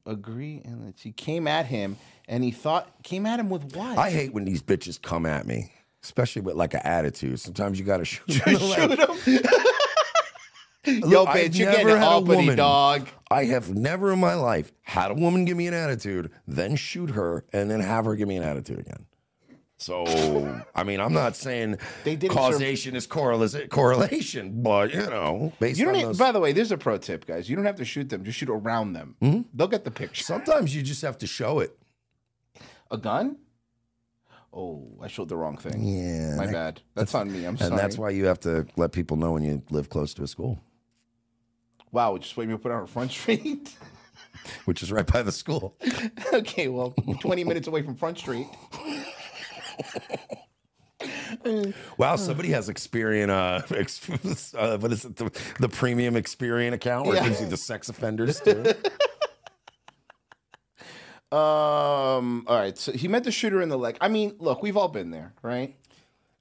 [SPEAKER 8] agree and let's see. Came at him and he thought came at him with what?
[SPEAKER 4] I hate when these bitches come at me, especially with like an attitude. Sometimes you gotta shoot. 'em in the leg.
[SPEAKER 8] Shoot him. Yo,
[SPEAKER 4] Look, I've
[SPEAKER 8] bitch, you're getting
[SPEAKER 4] never had a
[SPEAKER 8] uppity,
[SPEAKER 4] woman.
[SPEAKER 8] dog.
[SPEAKER 4] I have never in my life had a woman give me an attitude, then shoot her, and then have her give me an attitude again. So, I mean, I'm not saying
[SPEAKER 8] They didn't serve-
[SPEAKER 4] causation is correlation, correlation, but you know, based
[SPEAKER 8] You don't. e-,
[SPEAKER 4] on
[SPEAKER 8] Need,
[SPEAKER 4] those-
[SPEAKER 8] by the way, there's a pro tip, guys. You don't have to shoot them; just shoot around them.
[SPEAKER 4] Mm-hmm.
[SPEAKER 8] They'll get the picture.
[SPEAKER 4] sometimes you just have to show it.
[SPEAKER 8] a gun? Oh, I showed the wrong thing.
[SPEAKER 4] Yeah,
[SPEAKER 8] my
[SPEAKER 4] that-
[SPEAKER 8] bad. That's on me. I'm sorry.
[SPEAKER 4] And that's why you have to let people know when you live close to a school,
[SPEAKER 8] Wow, just wait me to put on a front street.
[SPEAKER 4] which is right by the school.
[SPEAKER 8] okay, well, 20 minutes away from Front Street.
[SPEAKER 4] Wow, somebody has Experian, uh, ex- uh what is it, the, the premium Experian account where
[SPEAKER 8] Yeah.
[SPEAKER 4] it gives you the sex offenders too.
[SPEAKER 8] Um. All right. So he meant to shoot her in the leg. I mean, look, we've all been there, right?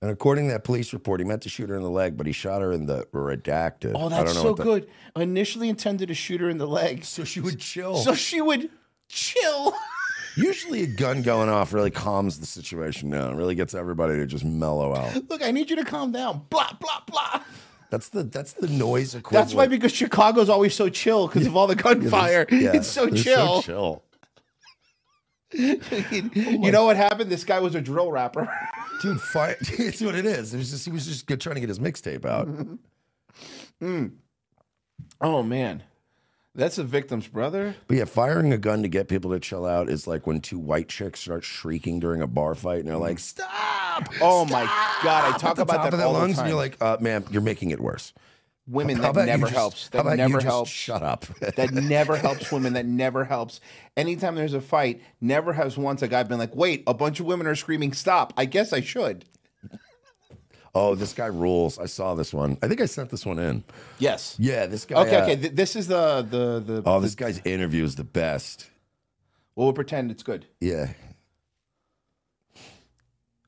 [SPEAKER 4] And according to that police report, he meant to shoot her in the leg, but he shot her in the redacted.
[SPEAKER 8] Oh,
[SPEAKER 4] I
[SPEAKER 8] that's
[SPEAKER 4] don't know
[SPEAKER 8] so
[SPEAKER 4] what the-
[SPEAKER 8] good. Initially intended to shoot her in the leg,
[SPEAKER 4] So she would chill.
[SPEAKER 8] so oh. she would chill.
[SPEAKER 4] Usually, a gun going off really calms the situation down. Really gets everybody to just mellow out.
[SPEAKER 8] look, I need you to calm down. Blah blah blah.
[SPEAKER 4] That's the that's the noise equivalent.
[SPEAKER 8] That's why because Chicago's always so chill because of all the gunfire.
[SPEAKER 4] Yeah,
[SPEAKER 8] it's so
[SPEAKER 4] they're
[SPEAKER 8] chill. Oh
[SPEAKER 4] chill.
[SPEAKER 8] you know what happened? This guy was a drill rapper.
[SPEAKER 4] dude. Fire. it's what it is. It was just he was just good- trying to get his mixtape out.
[SPEAKER 8] Mm-hmm. oh man, that's the victim's brother.
[SPEAKER 4] But yeah, firing a gun to get people to chill out is like when two white chicks start shrieking during a bar fight, and they're like, "Stop!"
[SPEAKER 8] Oh my god, I
[SPEAKER 4] At
[SPEAKER 8] talk
[SPEAKER 4] the
[SPEAKER 8] about
[SPEAKER 4] top
[SPEAKER 8] that
[SPEAKER 4] of
[SPEAKER 8] all the
[SPEAKER 4] lungs,
[SPEAKER 8] time.
[SPEAKER 4] and you're like, uh, "Ma'am, you're making it worse."
[SPEAKER 8] women
[SPEAKER 4] How
[SPEAKER 8] that
[SPEAKER 4] about you
[SPEAKER 8] never
[SPEAKER 4] just-
[SPEAKER 8] helps.
[SPEAKER 4] how
[SPEAKER 8] That
[SPEAKER 4] about you
[SPEAKER 8] never
[SPEAKER 4] just
[SPEAKER 8] helps.
[SPEAKER 4] Shut up.
[SPEAKER 8] that never helps women. That never helps. Anytime there's a fight, never has once a guy been like, "Wait, a bunch of women are screaming, stop! I guess I should."
[SPEAKER 4] oh, this guy rules. I saw this one. I think I sent this one in.
[SPEAKER 8] Yes.
[SPEAKER 4] Yeah, this guy.
[SPEAKER 8] Okay.
[SPEAKER 4] uh,
[SPEAKER 8] Okay. Th- this is the the the.
[SPEAKER 4] oh, this guy's interview is the best.
[SPEAKER 8] Well, we'll pretend it's good.
[SPEAKER 4] Yeah.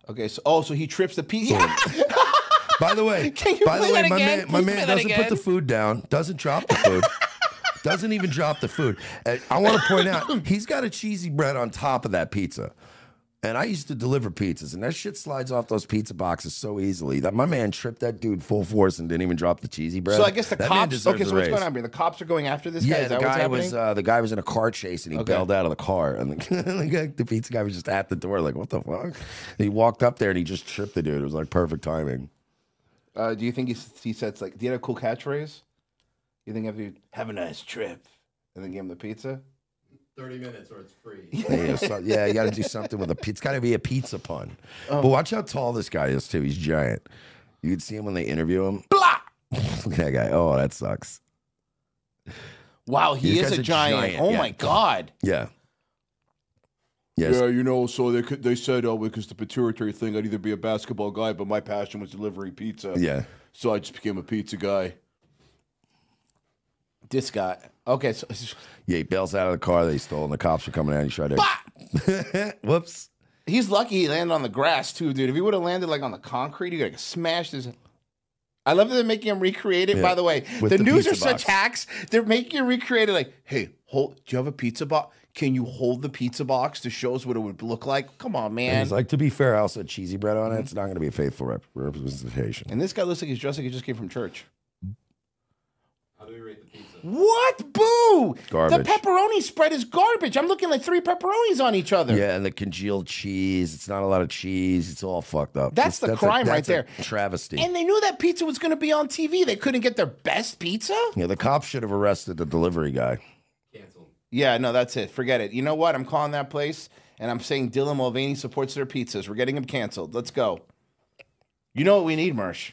[SPEAKER 8] Okay. So oh, so he trips the piece. Yeah.
[SPEAKER 4] By the way,
[SPEAKER 8] Can you
[SPEAKER 4] by
[SPEAKER 8] play
[SPEAKER 4] the way,
[SPEAKER 8] that
[SPEAKER 4] my
[SPEAKER 8] again?
[SPEAKER 4] man, my
[SPEAKER 8] Please
[SPEAKER 4] man
[SPEAKER 8] play that
[SPEAKER 4] doesn't put
[SPEAKER 8] again.
[SPEAKER 4] the food down. Doesn't drop the food. doesn't even drop the food. And I want to point out, he's got a cheesy bread on top of that pizza. And I used to deliver pizzas, and that shit slides off those pizza boxes so easily that my man tripped that dude full force and didn't even drop the cheesy bread.
[SPEAKER 8] So I guess the
[SPEAKER 4] That man
[SPEAKER 8] cops.
[SPEAKER 4] deserves
[SPEAKER 8] Okay. So
[SPEAKER 4] a
[SPEAKER 8] what's
[SPEAKER 4] raise.
[SPEAKER 8] going on here? The cops are going after this guy.
[SPEAKER 4] Yeah,
[SPEAKER 8] Is
[SPEAKER 4] the
[SPEAKER 8] that what's
[SPEAKER 4] guy
[SPEAKER 8] happening?
[SPEAKER 4] was uh, the guy was in a car chase and he
[SPEAKER 8] Okay.
[SPEAKER 4] bailed out of the car, and the, the guy, the pizza guy was just at the door, like, "What the fuck?" And he walked up there and he just tripped the dude. It was like perfect timing.
[SPEAKER 8] Uh, do you think he s- he says like? Do you have a cool catchphrase? You think after you have a nice trip, and then give him the pizza?
[SPEAKER 9] 30 minutes or it's free.
[SPEAKER 4] Yeah, so- yeah, you got to do something with a. pi- It's got to be a pizza pun.
[SPEAKER 8] Oh.
[SPEAKER 4] But watch how tall this guy is too. He's giant. You could see him when they interview him. Blah. Look at that guy. Oh, that sucks.
[SPEAKER 8] Wow, he
[SPEAKER 4] This
[SPEAKER 8] is
[SPEAKER 4] guy's
[SPEAKER 8] a
[SPEAKER 4] a
[SPEAKER 8] giant.
[SPEAKER 4] giant,
[SPEAKER 8] Oh
[SPEAKER 4] yeah.
[SPEAKER 8] my god.
[SPEAKER 4] Yeah. Yes.
[SPEAKER 10] Yeah, you know, so they could, they said, oh, because the pituitary thing, I'd either be a basketball guy, but my passion was delivering pizza.
[SPEAKER 4] yeah.
[SPEAKER 10] So I just became a pizza guy.
[SPEAKER 8] This guy. Okay, so
[SPEAKER 4] Yeah, he bails out of the car that he stole, and the cops are coming out. And he tried to. Whoops.
[SPEAKER 8] he's lucky he landed on the grass too, dude. If he would have landed like on the concrete, he could have smashed his. I love that they're making him recreate it. By
[SPEAKER 4] Yeah,
[SPEAKER 8] the way,
[SPEAKER 4] with
[SPEAKER 8] the,
[SPEAKER 4] the
[SPEAKER 8] news are
[SPEAKER 4] pizza
[SPEAKER 8] such
[SPEAKER 4] box.
[SPEAKER 8] hacks. They're making you recreate it. Like, hey, hold. Do you have a pizza box? Can you hold the pizza box to show us what it would look like? Come on,
[SPEAKER 4] And
[SPEAKER 8] man.
[SPEAKER 4] he's like, to be fair, I also had cheesy bread on it. It's not going to be a faithful rep- representation.
[SPEAKER 8] Mm-hmm. and this guy looks like he's dressed like he just came from church.
[SPEAKER 9] How do we rate the pizza?
[SPEAKER 8] What? Boo!
[SPEAKER 4] Garbage.
[SPEAKER 8] The pepperoni spread is garbage. I'm looking like three pepperonis on each other.
[SPEAKER 4] Yeah, and the congealed cheese. It's not a lot of cheese. It's all fucked up.
[SPEAKER 8] That's the crime right
[SPEAKER 4] that's a
[SPEAKER 8] there.
[SPEAKER 4] Travesty.
[SPEAKER 8] And they knew that pizza was going to be on TV. They couldn't get their best pizza.
[SPEAKER 4] yeah, the cops should have arrested the delivery guy.
[SPEAKER 9] Cancel.
[SPEAKER 8] Yeah, no, that's it. Forget it. You know what? I'm calling that place and I'm saying Dylan Mulvaney supports their pizzas. We're getting them canceled. Let's go. You know what we need, Marsh?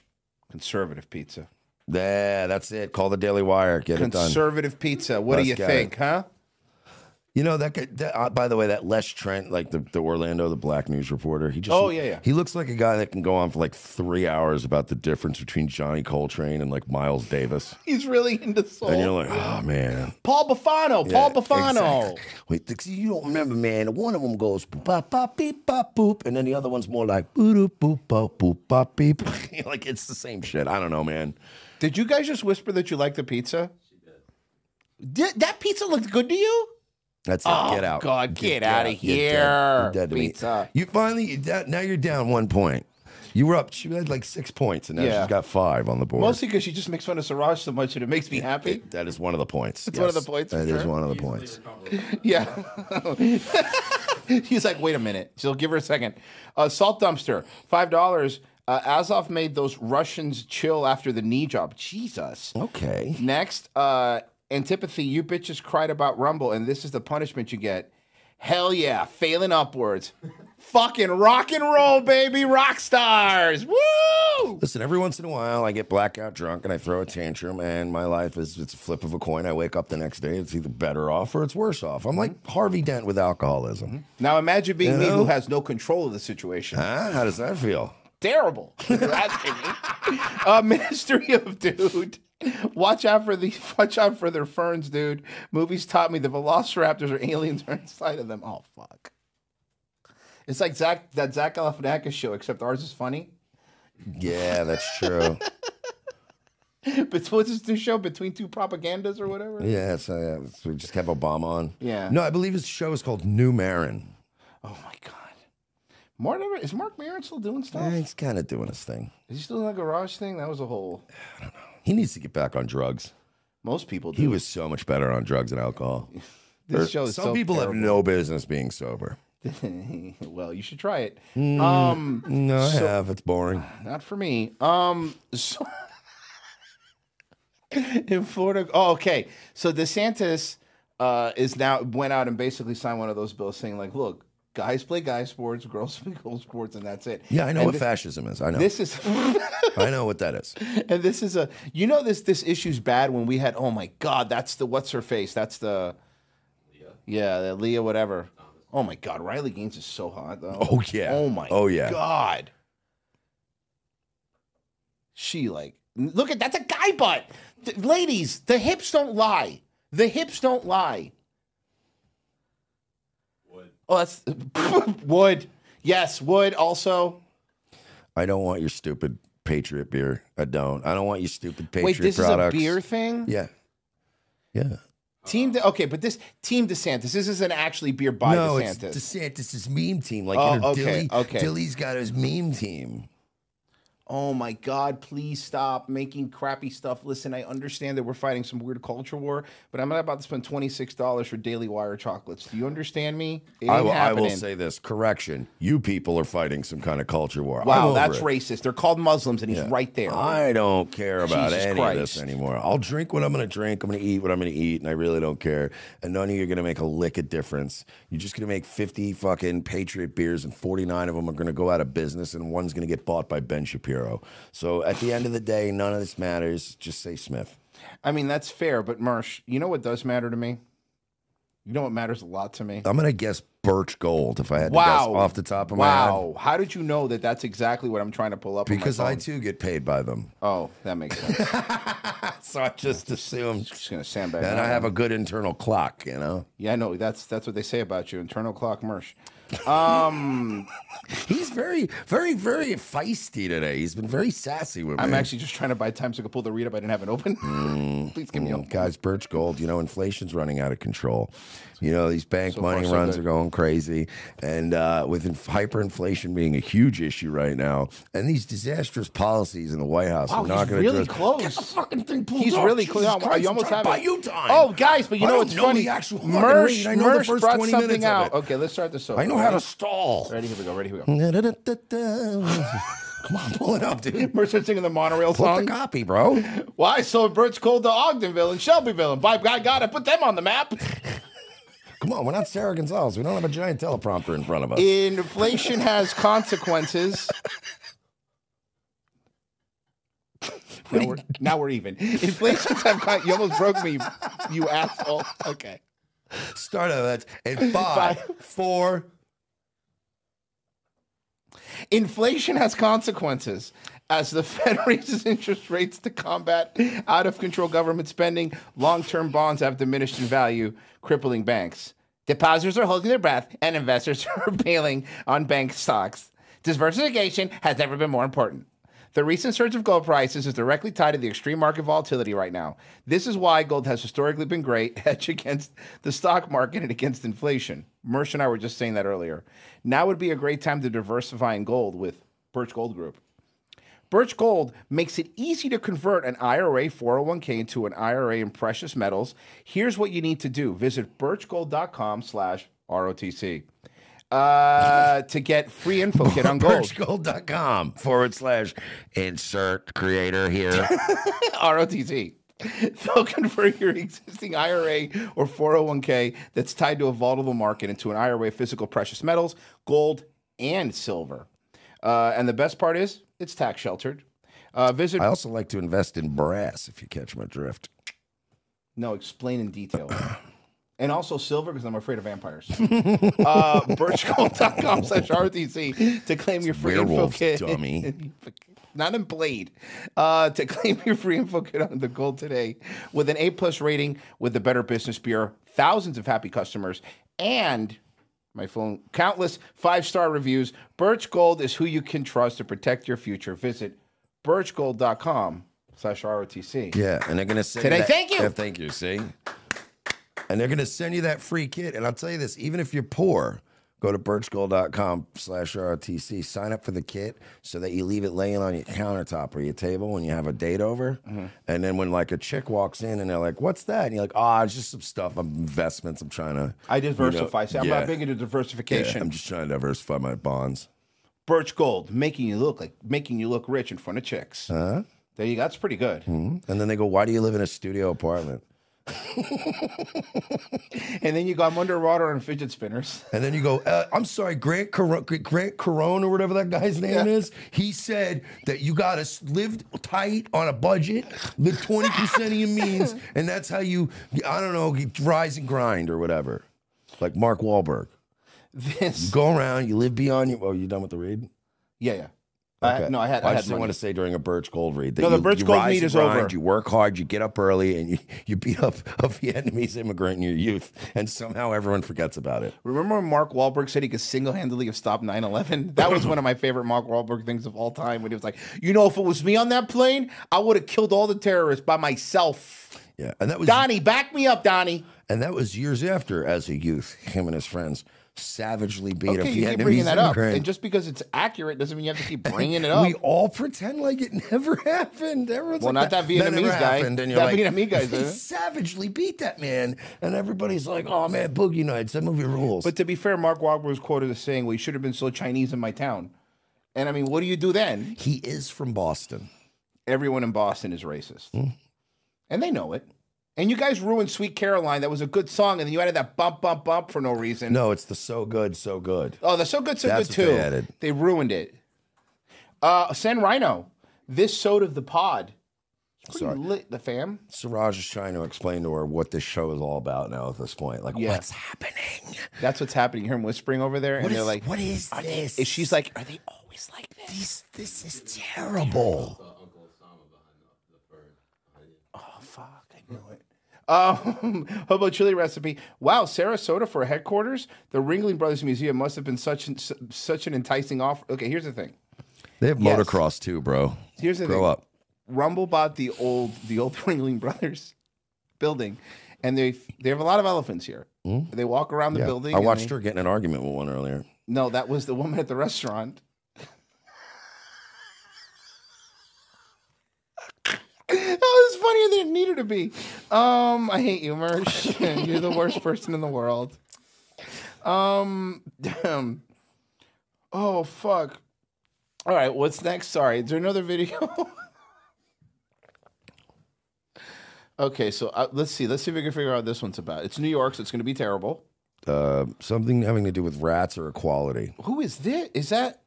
[SPEAKER 8] Conservative pizza.
[SPEAKER 4] Yeah, that's it. Call the Daily Wire. Get it done.
[SPEAKER 8] Conservative pizza. What
[SPEAKER 4] Let's
[SPEAKER 8] do you
[SPEAKER 4] get
[SPEAKER 8] think,
[SPEAKER 4] it.
[SPEAKER 8] huh?
[SPEAKER 4] You know that. guy- that uh, by the way, that Les Trent, like the, the Orlando, the black news reporter. He just.
[SPEAKER 8] Oh, yeah, yeah.
[SPEAKER 4] He looks like a guy that can go on for like three hours about the difference between Johnny Coltrane and like Miles Davis,
[SPEAKER 8] He's really into soul.
[SPEAKER 4] and you're like, oh man.
[SPEAKER 8] Paul Buffano. Paul
[SPEAKER 4] Yeah,
[SPEAKER 8] Buffano.
[SPEAKER 4] exactly. Wait, th- see, you don't remember, man. One of them goes boop, bop, bop, beep, bop, boop, and then the other one's more like boop, doop, boop, bop, boop, bop, beep. like it's the same shit. I don't know, man.
[SPEAKER 8] Did you guys just whisper that you like the pizza? She did. That pizza looked good to you?
[SPEAKER 4] That's it.
[SPEAKER 8] Oh,
[SPEAKER 4] get out.
[SPEAKER 8] God, get outta
[SPEAKER 4] out. You're dead.
[SPEAKER 8] here.
[SPEAKER 4] You're dead to me.
[SPEAKER 8] Pizza.
[SPEAKER 4] You finally you down, now you're down one point. You were up. She had like six points, and now
[SPEAKER 8] Yeah.
[SPEAKER 4] she's got five on the board.
[SPEAKER 8] Mostly because she just makes fun of Siraj so much that it makes me happy.
[SPEAKER 4] that is one of the points.
[SPEAKER 8] It's one of the points
[SPEAKER 4] That
[SPEAKER 8] for
[SPEAKER 4] is
[SPEAKER 8] sure.
[SPEAKER 4] one of the points.
[SPEAKER 8] Yeah. He's like, wait a minute. She'll give her a second. Uh, salt dumpster, five dollars. Uh, Azov made those Russians chill after the knee job. Jesus.
[SPEAKER 4] Okay.
[SPEAKER 8] Next, uh, antipathy. You bitches cried about Rumble, and this is the punishment you get. Hell yeah, failing upwards. Fucking rock and roll, baby, rock stars. Woo!
[SPEAKER 4] Listen, every once in a while, I get blackout drunk and I throw a tantrum, and my life is it's a flip of a coin. I wake up the next day, it's either better off or it's worse off. I'm like
[SPEAKER 8] Mm-hmm.
[SPEAKER 4] Harvey Dent with alcoholism.
[SPEAKER 8] Now imagine being me
[SPEAKER 4] Hello?
[SPEAKER 8] who has no control of the situation.
[SPEAKER 4] Huh? How does that feel?
[SPEAKER 8] terrible. if you're asking me. uh, Ministry of Dude. Watch out for the watch out for their ferns, dude. Movies taught me the Velociraptors or aliens are inside of them. Oh fuck! It's like Zach that Zach Galifianakis show, except ours is funny.
[SPEAKER 4] Yeah, that's true.
[SPEAKER 8] But what's this new show between two propagandas or whatever?
[SPEAKER 4] yeah, so, yeah, so we just have Obama on.
[SPEAKER 8] Yeah.
[SPEAKER 4] No, I believe his show is called New Marin.
[SPEAKER 8] Oh my god! Mark never, is Mark Maron still doing stuff?
[SPEAKER 4] Eh, he's kind of doing his thing.
[SPEAKER 8] Is he still in that garage thing? That was a whole.
[SPEAKER 4] He needs to get back on drugs.
[SPEAKER 8] Most people do.
[SPEAKER 4] He was so much better on drugs and alcohol.
[SPEAKER 8] This
[SPEAKER 4] Or-
[SPEAKER 8] show is
[SPEAKER 4] Some
[SPEAKER 8] so
[SPEAKER 4] people have
[SPEAKER 8] terrible.
[SPEAKER 4] no business being sober.
[SPEAKER 8] well, you should try it.
[SPEAKER 4] Mm.
[SPEAKER 8] Um,
[SPEAKER 4] No, I have. It's boring.
[SPEAKER 8] Not for me. Um, so in Florida. Oh, okay. So DeSantis uh, is now went out and basically signed one of those bills saying like, look, guys play guy sports, girls play girl sports, and that's it.
[SPEAKER 4] Yeah, I know
[SPEAKER 8] And
[SPEAKER 4] what
[SPEAKER 8] thi-
[SPEAKER 4] fascism is. I know.
[SPEAKER 8] This is
[SPEAKER 4] I know what that is.
[SPEAKER 8] and this is a you know this this issue's bad when we had oh my god that's the what's her face that's the yeah the Leah whatever oh my god Riley Gaines is so hot though
[SPEAKER 4] Oh, yeah.
[SPEAKER 8] oh my
[SPEAKER 4] Oh, yeah.
[SPEAKER 8] god she like look at that's a guy butt Th- ladies the hips don't lie the hips don't lie oh that's wood yes wood also
[SPEAKER 4] I don't want your stupid Patriot beer. I don't. I don't want your stupid Patriot
[SPEAKER 8] wait this
[SPEAKER 4] products.
[SPEAKER 8] is a beer thing
[SPEAKER 4] Yeah. Yeah.
[SPEAKER 8] Team De- okay, but this Team DeSantis. This isn't actually beer by
[SPEAKER 4] no,
[SPEAKER 8] DeSantis.
[SPEAKER 4] it's DeSantis's meme team. Like,
[SPEAKER 8] Oh,
[SPEAKER 4] you know,
[SPEAKER 8] okay,
[SPEAKER 4] Dilly,
[SPEAKER 8] okay.
[SPEAKER 4] Dilly's got his meme team.
[SPEAKER 8] oh my God! Please stop making crappy stuff. Listen, I understand that we're fighting some weird culture war, but I'm not about to spend twenty six dollars for Daily Wire chocolates. Do you understand me? It
[SPEAKER 4] I
[SPEAKER 8] ain't
[SPEAKER 4] will, I will
[SPEAKER 8] happening.
[SPEAKER 4] say this correction. You people are fighting some kind of culture war. I'm
[SPEAKER 8] wow,
[SPEAKER 4] over
[SPEAKER 8] that's
[SPEAKER 4] it.
[SPEAKER 8] racist. They're called Muslims, and he's
[SPEAKER 4] Yeah.
[SPEAKER 8] right there.
[SPEAKER 4] I don't care about
[SPEAKER 8] Jesus
[SPEAKER 4] any of this
[SPEAKER 8] Christ.
[SPEAKER 4] anymore. I'll drink what I'm going to drink. I'm going to eat what I'm going to eat, and I really don't care. And none of you are going to make a lick of difference. You're just going to make 50 fucking Patriot beers, and 49 of them are going to go out of business, and one's going to get bought by Ben Shapiro. So at the end of the day, none of this matters. Just say Smith.
[SPEAKER 8] I mean, that's fair, but Mersh, you know what does matter to me? You know what matters a lot to me.
[SPEAKER 4] I'm going to guess Birch Gold if I had to
[SPEAKER 8] Wow,
[SPEAKER 4] guess off Oh, the top of my head.
[SPEAKER 8] wow. How did you know that? That's exactly what I'm trying to pull up. on my
[SPEAKER 4] Because I
[SPEAKER 8] phone?
[SPEAKER 4] too get paid by them.
[SPEAKER 8] oh, that makes sense.
[SPEAKER 4] So I just assumed.
[SPEAKER 8] Just gonna sandbag.
[SPEAKER 4] And
[SPEAKER 8] that
[SPEAKER 4] I
[SPEAKER 8] one.
[SPEAKER 4] have a good internal clock, you know?
[SPEAKER 8] Yeah, I know. That's that's what they say about you, internal clock mersh.
[SPEAKER 4] He's very, very, very feisty today. He's been very sassy with me.
[SPEAKER 8] I'm actually just trying to buy time so I can pull the read up. I didn't have it open.
[SPEAKER 4] Mm.
[SPEAKER 8] Please give me a
[SPEAKER 4] guys, Birch Gold. You know, inflation's running out of control. You know, these bank
[SPEAKER 8] So far,
[SPEAKER 4] money
[SPEAKER 8] so
[SPEAKER 4] runs
[SPEAKER 8] good.
[SPEAKER 4] are going crazy, and uh, with inf- hyperinflation being a huge issue right now, and these disastrous policies in the White House
[SPEAKER 8] Wow,
[SPEAKER 4] are not
[SPEAKER 8] he's
[SPEAKER 4] going to
[SPEAKER 8] really
[SPEAKER 4] address-
[SPEAKER 8] close.
[SPEAKER 4] Get the fucking thing pulled
[SPEAKER 8] He's
[SPEAKER 4] off,
[SPEAKER 8] really
[SPEAKER 4] Jesus
[SPEAKER 8] close. Oh,
[SPEAKER 4] Christ,
[SPEAKER 8] you almost
[SPEAKER 4] I'm
[SPEAKER 8] have
[SPEAKER 4] trying
[SPEAKER 8] it.
[SPEAKER 4] to buy you time.
[SPEAKER 8] Oh, guys, but you
[SPEAKER 4] I
[SPEAKER 8] know
[SPEAKER 4] don't
[SPEAKER 8] what's funny?
[SPEAKER 4] The actual fucking
[SPEAKER 8] Mersh,
[SPEAKER 4] read. I know the
[SPEAKER 8] Mersh
[SPEAKER 4] first
[SPEAKER 8] brought
[SPEAKER 4] 20
[SPEAKER 8] something
[SPEAKER 4] minutes of
[SPEAKER 8] out.
[SPEAKER 4] it.
[SPEAKER 8] Okay, let's start this over.
[SPEAKER 4] I know how to stall.
[SPEAKER 8] Ready? Here we go. Ready? Here we go.
[SPEAKER 4] Come on, pull it up, dude.
[SPEAKER 8] Mersh starts singing the monorail
[SPEAKER 4] Put the
[SPEAKER 8] song.
[SPEAKER 4] copy, bro.
[SPEAKER 8] Why I sold Birch Gold to Ogdenville and Shelbyville, and by God, God, I put them on the map.
[SPEAKER 4] Come on, we're not Sarah Gonzalez. We don't have a giant teleprompter in front of us.
[SPEAKER 8] Inflation has consequences. now, we're, now we're even. Inflation's have con- you almost broke me, you asshole. Okay.
[SPEAKER 4] Start of that in five, four.
[SPEAKER 8] Inflation has consequences. As the Fed raises interest rates to combat out of control government spending, long term bonds have diminished in value, crippling banks. Depositors are holding their breath, and investors are bailing on bank stocks. Diversification has never been more important. The recent surge of gold prices is directly tied to the extreme market volatility right now. This is why gold has historically been great hedge against the stock market and against inflation. Mersh and I were just saying that earlier. Now would be a great time to diversify in gold with Birch Gold Group. Birch Gold makes it easy to convert an IRA 401k into an IRA in precious metals. Here's what you need to do. Visit birchgold.com slash ROTC uh, to get free info kit on gold.
[SPEAKER 4] Birchgold.com forward slash insert creator here.
[SPEAKER 8] ROTC. They'll convert your existing IRA or 401k that's tied to a volatile market into an IRA physical precious metals, gold, and silver. Uh, and the best part is it's tax sheltered. Uh, visit.
[SPEAKER 4] I also like to invest in brass if you catch my drift.
[SPEAKER 8] No, explain in detail. and also silver because I'm afraid of vampires. uh, birchgold.com slash RTC to claim your free info
[SPEAKER 4] werewolves,
[SPEAKER 8] kit.
[SPEAKER 4] dummy.
[SPEAKER 8] Not in Blade. Uh, to claim your free info kit on the gold today with an A plus rating with the Better Business Bureau, thousands of happy customers, and my phone, countless five star reviews. Birch Gold is who you can trust to protect your future. Visit birchgold.com slash ROTC.
[SPEAKER 4] Yeah, and they're gonna send
[SPEAKER 8] Today,
[SPEAKER 4] You that-
[SPEAKER 8] thank you.
[SPEAKER 4] Yeah, thank you. See, and they're gonna send you that free kit. And I'll tell you this: even if you're poor, go to birchgold.com/rtc, sign up for the kit so that you leave it laying on your countertop or your table when you have a date over.
[SPEAKER 8] Mm-hmm.
[SPEAKER 4] And then when like a chick walks in and they're like, "What's that?" and you're like, "Ah, it's just some stuff. I'm investments. I'm trying to."
[SPEAKER 8] I
[SPEAKER 4] you know,
[SPEAKER 8] diversify. See, I'm
[SPEAKER 4] yeah,
[SPEAKER 8] not big into
[SPEAKER 4] yeah,
[SPEAKER 8] diversification.
[SPEAKER 4] I'm just trying to diversify my bonds.
[SPEAKER 8] Birch Gold, making you look like making you look rich in front of chicks.
[SPEAKER 4] Huh?
[SPEAKER 8] There you go. That's pretty good.
[SPEAKER 4] Mhm. And then they go, "Why do you live in a studio apartment?"
[SPEAKER 8] And then you got underwater on fidget spinners.
[SPEAKER 4] And then you go, uh, I'm sorry, Grant Cor- Grant Corone or whatever that guy's name is. He said that you got to live tight on a budget, live 20% of your means, and that's how you, I don't know, you rise and grind or whatever. Like Mark Wahlberg.
[SPEAKER 8] This,
[SPEAKER 4] You go around, you live beyond your. Oh, you done with the read?
[SPEAKER 8] yeah, yeah. I had, no, I had.
[SPEAKER 4] Well,
[SPEAKER 8] I,
[SPEAKER 4] I
[SPEAKER 8] had
[SPEAKER 4] just didn't want to say during a Birch Gold read. That
[SPEAKER 8] No, the
[SPEAKER 4] you-
[SPEAKER 8] Birch
[SPEAKER 4] you
[SPEAKER 8] Gold
[SPEAKER 4] rise
[SPEAKER 8] meet
[SPEAKER 4] and
[SPEAKER 8] is over.
[SPEAKER 4] grind, You work hard, you get up early, and you, you beat up a Vietnamese immigrant in your youth, and somehow everyone forgets about it.
[SPEAKER 8] Remember when Mark Wahlberg said he could single-handedly have stopped 9/11? That was one of my favorite Mark Wahlberg things of all time. When he was like, "You know, if it was me on that plane, I would have killed all the terrorists by myself."
[SPEAKER 4] Yeah, and that was
[SPEAKER 8] Donnie, back me up, Donnie.
[SPEAKER 4] And that was years after, as a youth, him and his friends savagely beat
[SPEAKER 8] Okay,
[SPEAKER 4] a
[SPEAKER 8] you
[SPEAKER 4] Vietnamese
[SPEAKER 8] keep bringing that up,
[SPEAKER 4] immigrant.
[SPEAKER 8] and just because it's accurate doesn't mean you have to keep bringing it up.
[SPEAKER 4] We all pretend like it never happened. Everyone's
[SPEAKER 8] Well, not
[SPEAKER 4] like,
[SPEAKER 8] that Vietnamese
[SPEAKER 4] never
[SPEAKER 8] guy.
[SPEAKER 4] Happened. And you're
[SPEAKER 8] That
[SPEAKER 4] like,
[SPEAKER 8] Vietnamese guy did
[SPEAKER 4] They
[SPEAKER 8] it."
[SPEAKER 4] savagely beat that man, and everybody's like, "Oh man, Boogie Nights, that movie rules."
[SPEAKER 8] But to be fair, Mark Wahlberg was quoted as saying, "We should have been so Chinese in my town." And I mean, what do you do then?
[SPEAKER 4] he is from Boston.
[SPEAKER 8] Everyone in Boston is racist,
[SPEAKER 4] Hmm.
[SPEAKER 8] and they know it. And you guys ruined "Sweet Caroline." That was a good song, and then you added that bump, bump, bump for no reason.
[SPEAKER 4] No, it's the so good, so good.
[SPEAKER 8] Oh, they're so good, so
[SPEAKER 4] That's
[SPEAKER 8] good
[SPEAKER 4] what
[SPEAKER 8] too.
[SPEAKER 4] they added.
[SPEAKER 8] They ruined it. Uh, San Rhino, this soda of the pod. It's pretty
[SPEAKER 4] Sorry.
[SPEAKER 8] lit, the fam.
[SPEAKER 4] Siraj is trying to explain to her what this show is all about now. At this point, like,
[SPEAKER 8] Yeah.
[SPEAKER 4] what's happening?
[SPEAKER 8] That's what's happening. You hear him whispering over there,
[SPEAKER 4] What
[SPEAKER 8] and they're
[SPEAKER 4] is,
[SPEAKER 8] like,
[SPEAKER 4] what is this?
[SPEAKER 8] and she's like, "Are they always like this?"
[SPEAKER 4] this, this is terrible.
[SPEAKER 8] Oh fuck, I knew it. Um, hobo chili recipe. Wow, Sarasota for headquarters. The Ringling Brothers Museum must have been such an, su- such an enticing offer. Okay, here's the thing.
[SPEAKER 4] They have
[SPEAKER 8] Yes.
[SPEAKER 4] motocross too, bro.
[SPEAKER 8] Here's the
[SPEAKER 4] Grow
[SPEAKER 8] thing.
[SPEAKER 4] up.
[SPEAKER 8] Rumble bought the old the old Ringling Brothers building, and they they have a lot of elephants here. They walk around the
[SPEAKER 4] Hmm? Yeah.
[SPEAKER 8] building.
[SPEAKER 4] I
[SPEAKER 8] and
[SPEAKER 4] watched
[SPEAKER 8] they-
[SPEAKER 4] her getting an argument with one earlier.
[SPEAKER 8] No, that was the woman at the restaurant. that was funnier than it needed to be. Um, I hate you, Mersh. You're the worst person in the world. Um, damn. Oh fuck. All right, what's next? Sorry, is there another video? okay, so uh, let's see. Let's see if we can figure out what this one's about. It's New York, so it's going to be terrible.
[SPEAKER 4] Uh, something having to do with rats or equality.
[SPEAKER 8] Who is this? Is that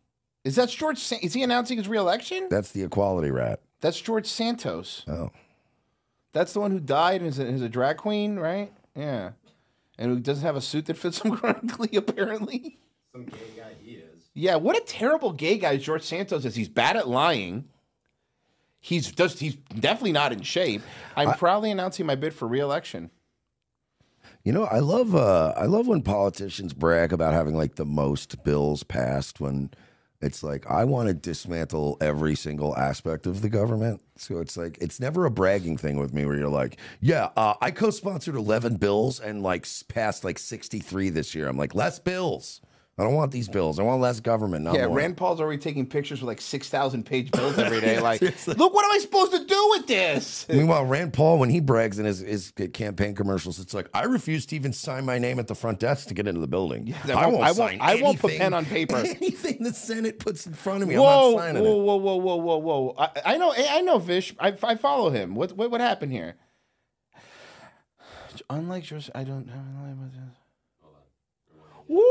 [SPEAKER 8] is that George? San- is he announcing his reelection?
[SPEAKER 4] That's the equality rat.
[SPEAKER 8] That's George Santos.
[SPEAKER 4] Oh,
[SPEAKER 8] That's the one who died and is a, is a drag queen, right? Yeah, and who doesn't have a suit that fits him correctly, apparently.
[SPEAKER 9] Some gay guy he is.
[SPEAKER 8] Yeah, what a terrible gay guy George Santos is. He's bad at lying. He's just he's definitely not in shape. I'm proudly announcing my bid for reelection.
[SPEAKER 4] you know, I love uh, I love when politicians brag about having like the most bills passed when It's like I want to dismantle every single aspect of the government. So it's like it's never a bragging thing with me where you're like, yeah, uh, I co-sponsored 11 bills and like s- passed like 63 this year. I'm like, less bills. I don't want these bills. I want less government. Not
[SPEAKER 8] yeah,
[SPEAKER 4] more.
[SPEAKER 8] Rand Paul's already taking pictures with like six thousand page bills every day. Like, look, what am I supposed to do with this?
[SPEAKER 4] Meanwhile, Rand Paul, when he brags in his, his campaign commercials, it's like, I refuse to even sign my name at the front desk to get into the building.
[SPEAKER 8] I won't- I won't- I won't put pen on paper."
[SPEAKER 4] Anything the Senate puts in front of me, I'm
[SPEAKER 8] whoa,
[SPEAKER 4] not signing
[SPEAKER 8] whoa,
[SPEAKER 4] it.
[SPEAKER 8] whoa, whoa, whoa, whoa, whoa! I, I know, I know, Vish. I, I follow him. What, what, what happened here? Unlike yours, I don't. I don't know Woo,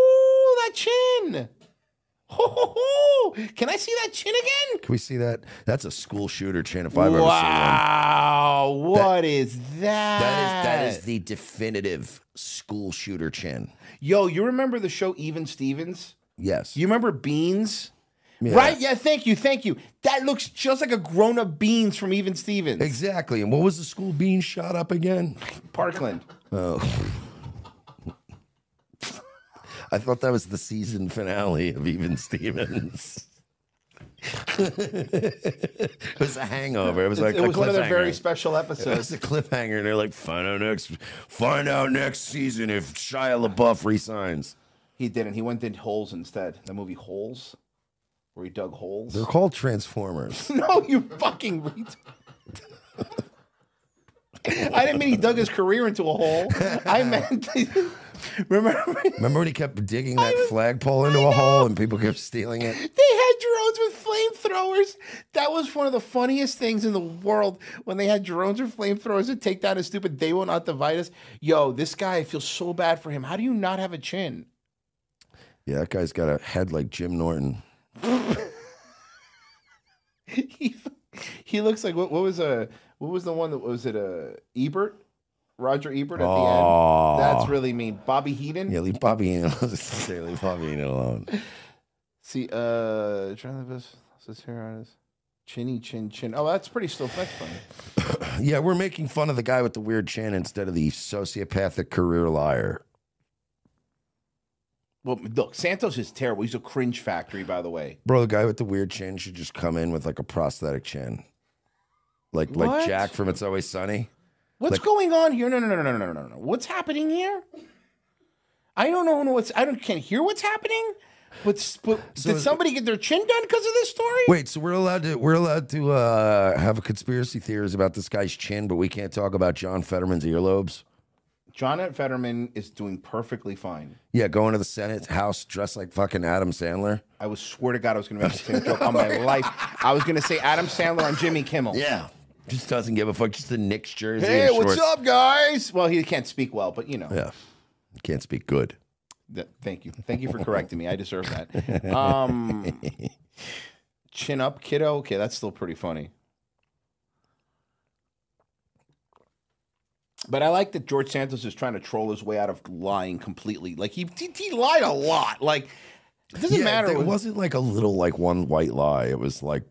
[SPEAKER 8] that chin! Ho, ho, ho. Can I see that chin again?
[SPEAKER 4] Can we see that? That's a school shooter chin if I've ever seen one.
[SPEAKER 8] wow! What is that?
[SPEAKER 4] That is, that is the definitive school shooter chin.
[SPEAKER 8] Yo, you remember the show Even Stevens?
[SPEAKER 4] Yes.
[SPEAKER 8] You remember Beans?
[SPEAKER 4] Yeah.
[SPEAKER 8] Right? Yeah, thank you, thank you. That looks just like a grown up Beans from Even Stevens.
[SPEAKER 4] Exactly. And what was the school being shot up again?
[SPEAKER 8] Parkland.
[SPEAKER 4] Oh. I thought that was the season finale of Even Stevens. it was a hangover. It was like
[SPEAKER 8] it
[SPEAKER 4] a
[SPEAKER 8] was one of their very
[SPEAKER 4] cliffhanger.
[SPEAKER 8] special
[SPEAKER 4] It was
[SPEAKER 8] episodes.
[SPEAKER 4] a cliffhanger. and They're like, find out next, find out next season if Shia LaBeouf resigns.
[SPEAKER 8] he didn't. He went and did Holes instead. The movie Holes, where he dug holes.
[SPEAKER 4] They're called Transformers.
[SPEAKER 8] no, you fucking. Ret- I didn't mean he dug his career into a hole. I meant. remember,
[SPEAKER 4] Remember when he kept digging that flagpole into a hole and people kept stealing
[SPEAKER 8] They
[SPEAKER 4] it?
[SPEAKER 8] had drones with flamethrowers. That was one of the funniest things in the world when they had drones with flamethrowers to take down a stupid They Will Not Divide Us. Yo, this guy, I feel so bad for him. How do you not have a chin?
[SPEAKER 4] Yeah, that guy's got a head like Jim Norton.
[SPEAKER 8] He, he looks like what, what was a what was the one that was it a Ebert? Roger Ebert at the
[SPEAKER 4] Aw.
[SPEAKER 8] end. That's really mean. Bobby Heaton.
[SPEAKER 4] Yeah, leave Bobby in alone. Say, leave Bobby in alone.
[SPEAKER 8] See, uh, trying the best. This here on his chinny chin chin. Oh, that's pretty still that's funny.
[SPEAKER 4] Yeah, we're making fun of the guy with the weird chin instead of the sociopathic career liar.
[SPEAKER 8] Well, look, Santos is terrible. He's a cringe factory, by the way.
[SPEAKER 4] Bro, the guy with the weird chin should just come in with like a prosthetic chin. Like like
[SPEAKER 8] What?
[SPEAKER 4] Jack from It's Always Sunny.
[SPEAKER 8] What's
[SPEAKER 4] Like-
[SPEAKER 8] going on here? No, no, no, no, no, no, no, no. What's happening here? I don't know what's. I don't can't hear what's happening. But, s- but
[SPEAKER 4] So
[SPEAKER 8] did
[SPEAKER 4] is-
[SPEAKER 8] somebody get their chin done because of this story?
[SPEAKER 4] Wait, so we're allowed to we're allowed to uh, have a conspiracy theories about this guy's chin, but we can't talk about John Fetterman's earlobes.
[SPEAKER 8] John F. Fetterman is doing perfectly fine.
[SPEAKER 4] Yeah, going to the Senate house dressed like fucking Adam Sandler.
[SPEAKER 8] I was swear to God, I was going to make the same joke on my life. I was going to say Adam Sandler on Jimmy Kimmel.
[SPEAKER 4] Yeah. Just doesn't give a fuck. Just the Knicks jersey.
[SPEAKER 8] Hey,
[SPEAKER 4] and
[SPEAKER 8] what's
[SPEAKER 4] shorts.
[SPEAKER 8] up, guys? Well, he can't speak well, but you know.
[SPEAKER 4] Yeah. Can't speak good.
[SPEAKER 8] Th- thank you. Thank you for correcting me. I deserve that. Um, chin up, kiddo. Okay, that's still pretty funny. But I like that George Santos is trying to troll his way out of lying completely. Like he he, he lied a lot. Like it doesn't
[SPEAKER 4] Yeah,
[SPEAKER 8] matter.
[SPEAKER 4] It
[SPEAKER 8] what-
[SPEAKER 4] wasn't like a little like one white lie. It was like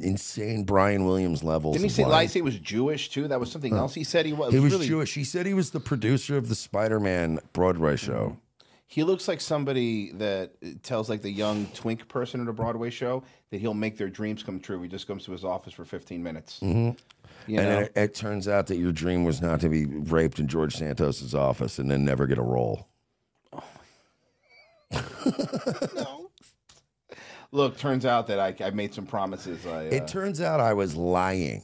[SPEAKER 4] insane Brian Williams levels.
[SPEAKER 8] Didn't he
[SPEAKER 4] of
[SPEAKER 8] say
[SPEAKER 4] lying.
[SPEAKER 8] lies? He was Jewish too. That was something else he said. He was.
[SPEAKER 4] He was
[SPEAKER 8] really-
[SPEAKER 4] Jewish. He said he was the producer of the Spider-Man Broadway show.
[SPEAKER 8] He looks like somebody that uh, tells like the young twink person at a Broadway show that he'll make their dreams come true. He just comes to his office for fifteen minutes. You
[SPEAKER 4] Mm-hmm. and
[SPEAKER 8] know?
[SPEAKER 4] then it, it turns out that your dream was not to be raped in George Santos's office and then never get a role.
[SPEAKER 8] Look, turns out that I, I made some promises. I, mm-hmm. uh,
[SPEAKER 4] It turns out I was lying.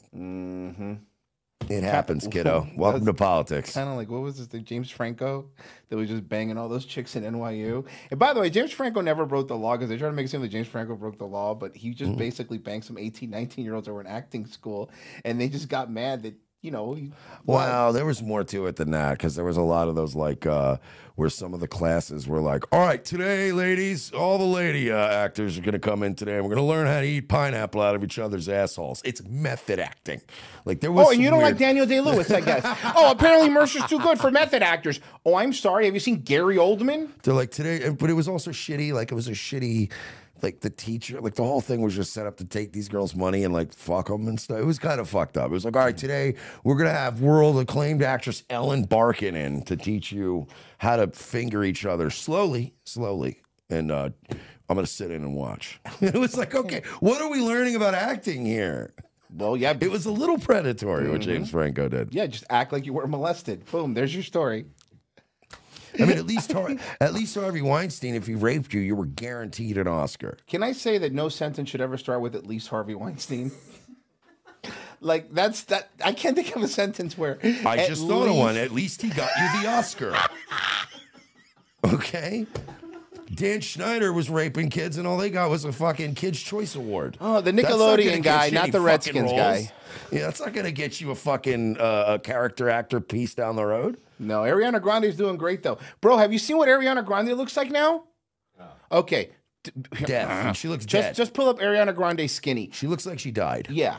[SPEAKER 4] It happens, kiddo.
[SPEAKER 8] That's-
[SPEAKER 4] Welcome to politics.
[SPEAKER 8] kind of like what was this? The James Franco that was just banging all those chicks in NYU. And by the way, James Franco never broke the law because they tried to make it seem like James Franco broke the law, but he
[SPEAKER 4] Mm-hmm.
[SPEAKER 8] just basically banged some 18, 19 year olds that were in acting school, and they just got mad that you know. he-
[SPEAKER 4] Wow, there was more to it than that because there was a lot of those like uh, where some of the classes were like, "All right, today, ladies, all the lady uh, actors are going to come in today, and we're going to learn how to eat pineapple out of each other's assholes." It's method acting. Like there was.
[SPEAKER 8] Oh, and
[SPEAKER 4] some
[SPEAKER 8] you don't like
[SPEAKER 4] weird-
[SPEAKER 8] Daniel Day Lewis, I guess. oh, apparently Mercer's too good for method actors. Oh, I'm sorry. Have you seen Gary Oldman?
[SPEAKER 4] They're like today, and- but it was also shitty. Like it was a shitty, like the teacher, like the whole thing was just set up to take these girls' money and like fuck them and stuff. It was kind of fucked up. It was like, all right, today we're gonna have world acclaimed actress Ellen Barkin in to teach you how to finger each other slowly, slowly, and uh, I'm gonna sit in and watch. it was like, okay, what are we learning about acting here?
[SPEAKER 8] Well, yeah,
[SPEAKER 4] it was a little predatory what James Franco did.
[SPEAKER 8] Yeah, just act like you were molested. Boom, there's your story.
[SPEAKER 4] I mean, at least Har- at least Harvey Weinstein, if he raped you, you were guaranteed an Oscar.
[SPEAKER 8] Can I say that no sentence should ever start with at least Harvey Weinstein? like that's that I can't think of a sentence where
[SPEAKER 4] I
[SPEAKER 8] at
[SPEAKER 4] just thought of
[SPEAKER 8] least-
[SPEAKER 4] one. At least he got you the Oscar. okay. Dan Schneider was raping kids, and all they got was a fucking Kids' Choice Award.
[SPEAKER 8] Oh, the
[SPEAKER 4] That's not gonna
[SPEAKER 8] Nickelodeon
[SPEAKER 4] get
[SPEAKER 8] guy,
[SPEAKER 4] you
[SPEAKER 8] not
[SPEAKER 4] any
[SPEAKER 8] the
[SPEAKER 4] fucking
[SPEAKER 8] Redskins
[SPEAKER 4] roles.
[SPEAKER 8] guy.
[SPEAKER 4] Yeah, that's not going to get you a fucking uh, a character actor piece down the road.
[SPEAKER 8] No, Ariana Grande's doing great though. Bro, have you seen what Ariana Grande looks like now? Okay. D-
[SPEAKER 4] Death. she looks
[SPEAKER 8] Uh-huh. Just
[SPEAKER 4] dead.
[SPEAKER 8] just pull up Ariana Grande skinny.
[SPEAKER 4] she looks like she died.
[SPEAKER 8] Yeah.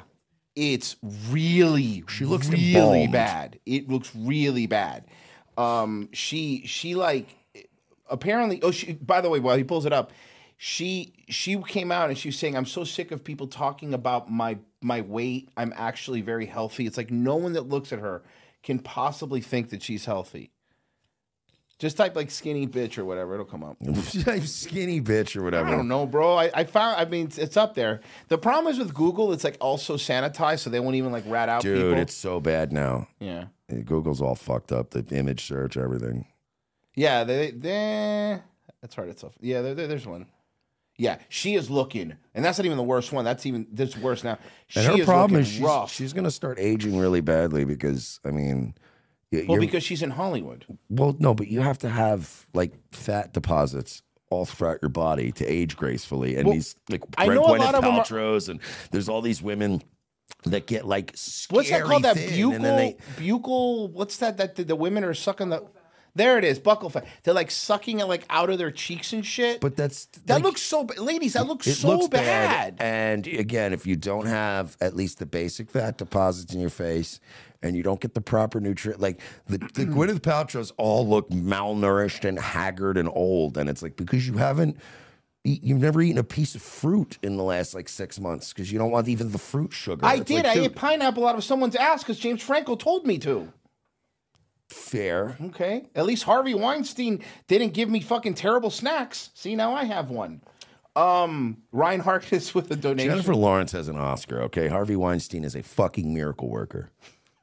[SPEAKER 8] It's really she
[SPEAKER 4] looks
[SPEAKER 8] really
[SPEAKER 4] embalmed.
[SPEAKER 8] bad. It looks really bad. Um she she like apparently oh she by the way while he pulls it up she she came out and she was saying I'm so sick of people talking about my my weight. I'm actually very healthy. It's like no one that looks at her can possibly think that she's healthy. Just type like skinny bitch or whatever, it'll come up.
[SPEAKER 4] Skinny bitch or whatever.
[SPEAKER 8] I don't know, bro. I, I found. I mean, it's, it's up there. The problem is with Google, it's like also sanitized, so they won't even like rat out
[SPEAKER 4] Dude,
[SPEAKER 8] people.
[SPEAKER 4] it's so bad now.
[SPEAKER 8] yeah,
[SPEAKER 4] Uh, Google's all fucked up. The image search, everything.
[SPEAKER 8] yeah. They, they that's hard. It's tough. Yeah, there, there- there's one. Yeah, she is looking, and that's not even the worst one. That's even this worse now. She
[SPEAKER 4] And her
[SPEAKER 8] is
[SPEAKER 4] problem
[SPEAKER 8] looking
[SPEAKER 4] is she's,
[SPEAKER 8] rough.
[SPEAKER 4] she's going to start aging really badly because, I mean, y-
[SPEAKER 8] well,
[SPEAKER 4] you're-
[SPEAKER 8] because she's in Hollywood.
[SPEAKER 4] well, no, but you have to have like fat deposits all throughout your body to age gracefully. And
[SPEAKER 8] Well,
[SPEAKER 4] these like
[SPEAKER 8] I
[SPEAKER 4] Gwen-
[SPEAKER 8] know a
[SPEAKER 4] Gwyneth
[SPEAKER 8] lot of 'em are-
[SPEAKER 4] Paltrow's, and there's all these women that get like scary
[SPEAKER 8] What's that called? That
[SPEAKER 4] thin,
[SPEAKER 8] buccal,
[SPEAKER 4] and then they-
[SPEAKER 8] buccal. What's that? That the, the women are sucking the. There it is, buckle fat. They're like sucking it like out of their cheeks and shit.
[SPEAKER 4] But that's
[SPEAKER 8] that
[SPEAKER 4] like,
[SPEAKER 8] looks so bad, ladies. That looks
[SPEAKER 4] it
[SPEAKER 8] so
[SPEAKER 4] looks
[SPEAKER 8] bad.
[SPEAKER 4] bad. And again, if you don't have at least the basic fat deposits in your face, and you don't get the proper nutrient, like the, the Gwyneth Paltrow's all look malnourished and haggard and old, and it's like because you haven't. eat- You've never eaten a piece of fruit in the last like six months because you don't want even the fruit sugar.
[SPEAKER 8] I
[SPEAKER 4] It's
[SPEAKER 8] did.
[SPEAKER 4] like,
[SPEAKER 8] I
[SPEAKER 4] dude,
[SPEAKER 8] ate pineapple out of someone's ass because James Franco told me to.
[SPEAKER 4] fair.
[SPEAKER 8] Okay. At least Harvey Weinstein didn't give me fucking terrible snacks. See, now I have one. Um, Ryan Harkness with a donation.
[SPEAKER 4] Jennifer Lawrence has an Oscar. Okay, Harvey Weinstein is a fucking miracle worker.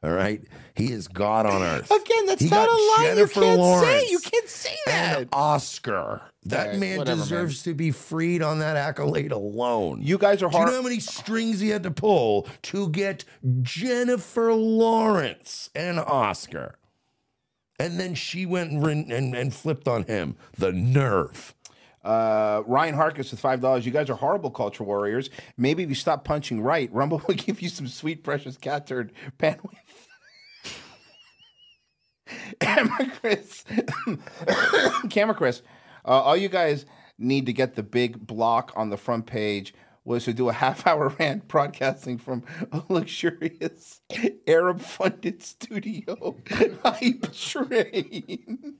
[SPEAKER 4] All right, he is God on earth.
[SPEAKER 8] Again, that's
[SPEAKER 4] He
[SPEAKER 8] not
[SPEAKER 4] got
[SPEAKER 8] a lie.
[SPEAKER 4] Jennifer
[SPEAKER 8] you can't
[SPEAKER 4] Lawrence.
[SPEAKER 8] say. You can't say that.
[SPEAKER 4] an Oscar. That
[SPEAKER 8] Alright,
[SPEAKER 4] man
[SPEAKER 8] whatever, man.
[SPEAKER 4] deserves to be freed on that accolade alone.
[SPEAKER 8] You guys are
[SPEAKER 4] Do you
[SPEAKER 8] hard.
[SPEAKER 4] know how many strings he had to pull to get Jennifer Lawrence an Oscar? And then she went and, rin- and, and flipped on him. The nerve.
[SPEAKER 8] Uh, Ryan Harkness with five dollars. You guys are horrible culture warriors. Maybe if you stop punching right, Rumble will give you some sweet, precious cat turd bandwidth. Camera Chris, Camera Chris, uh, all you guys need to get the big block on the front page was to do a half-hour rant broadcasting from a luxurious Arab-funded studio hype train.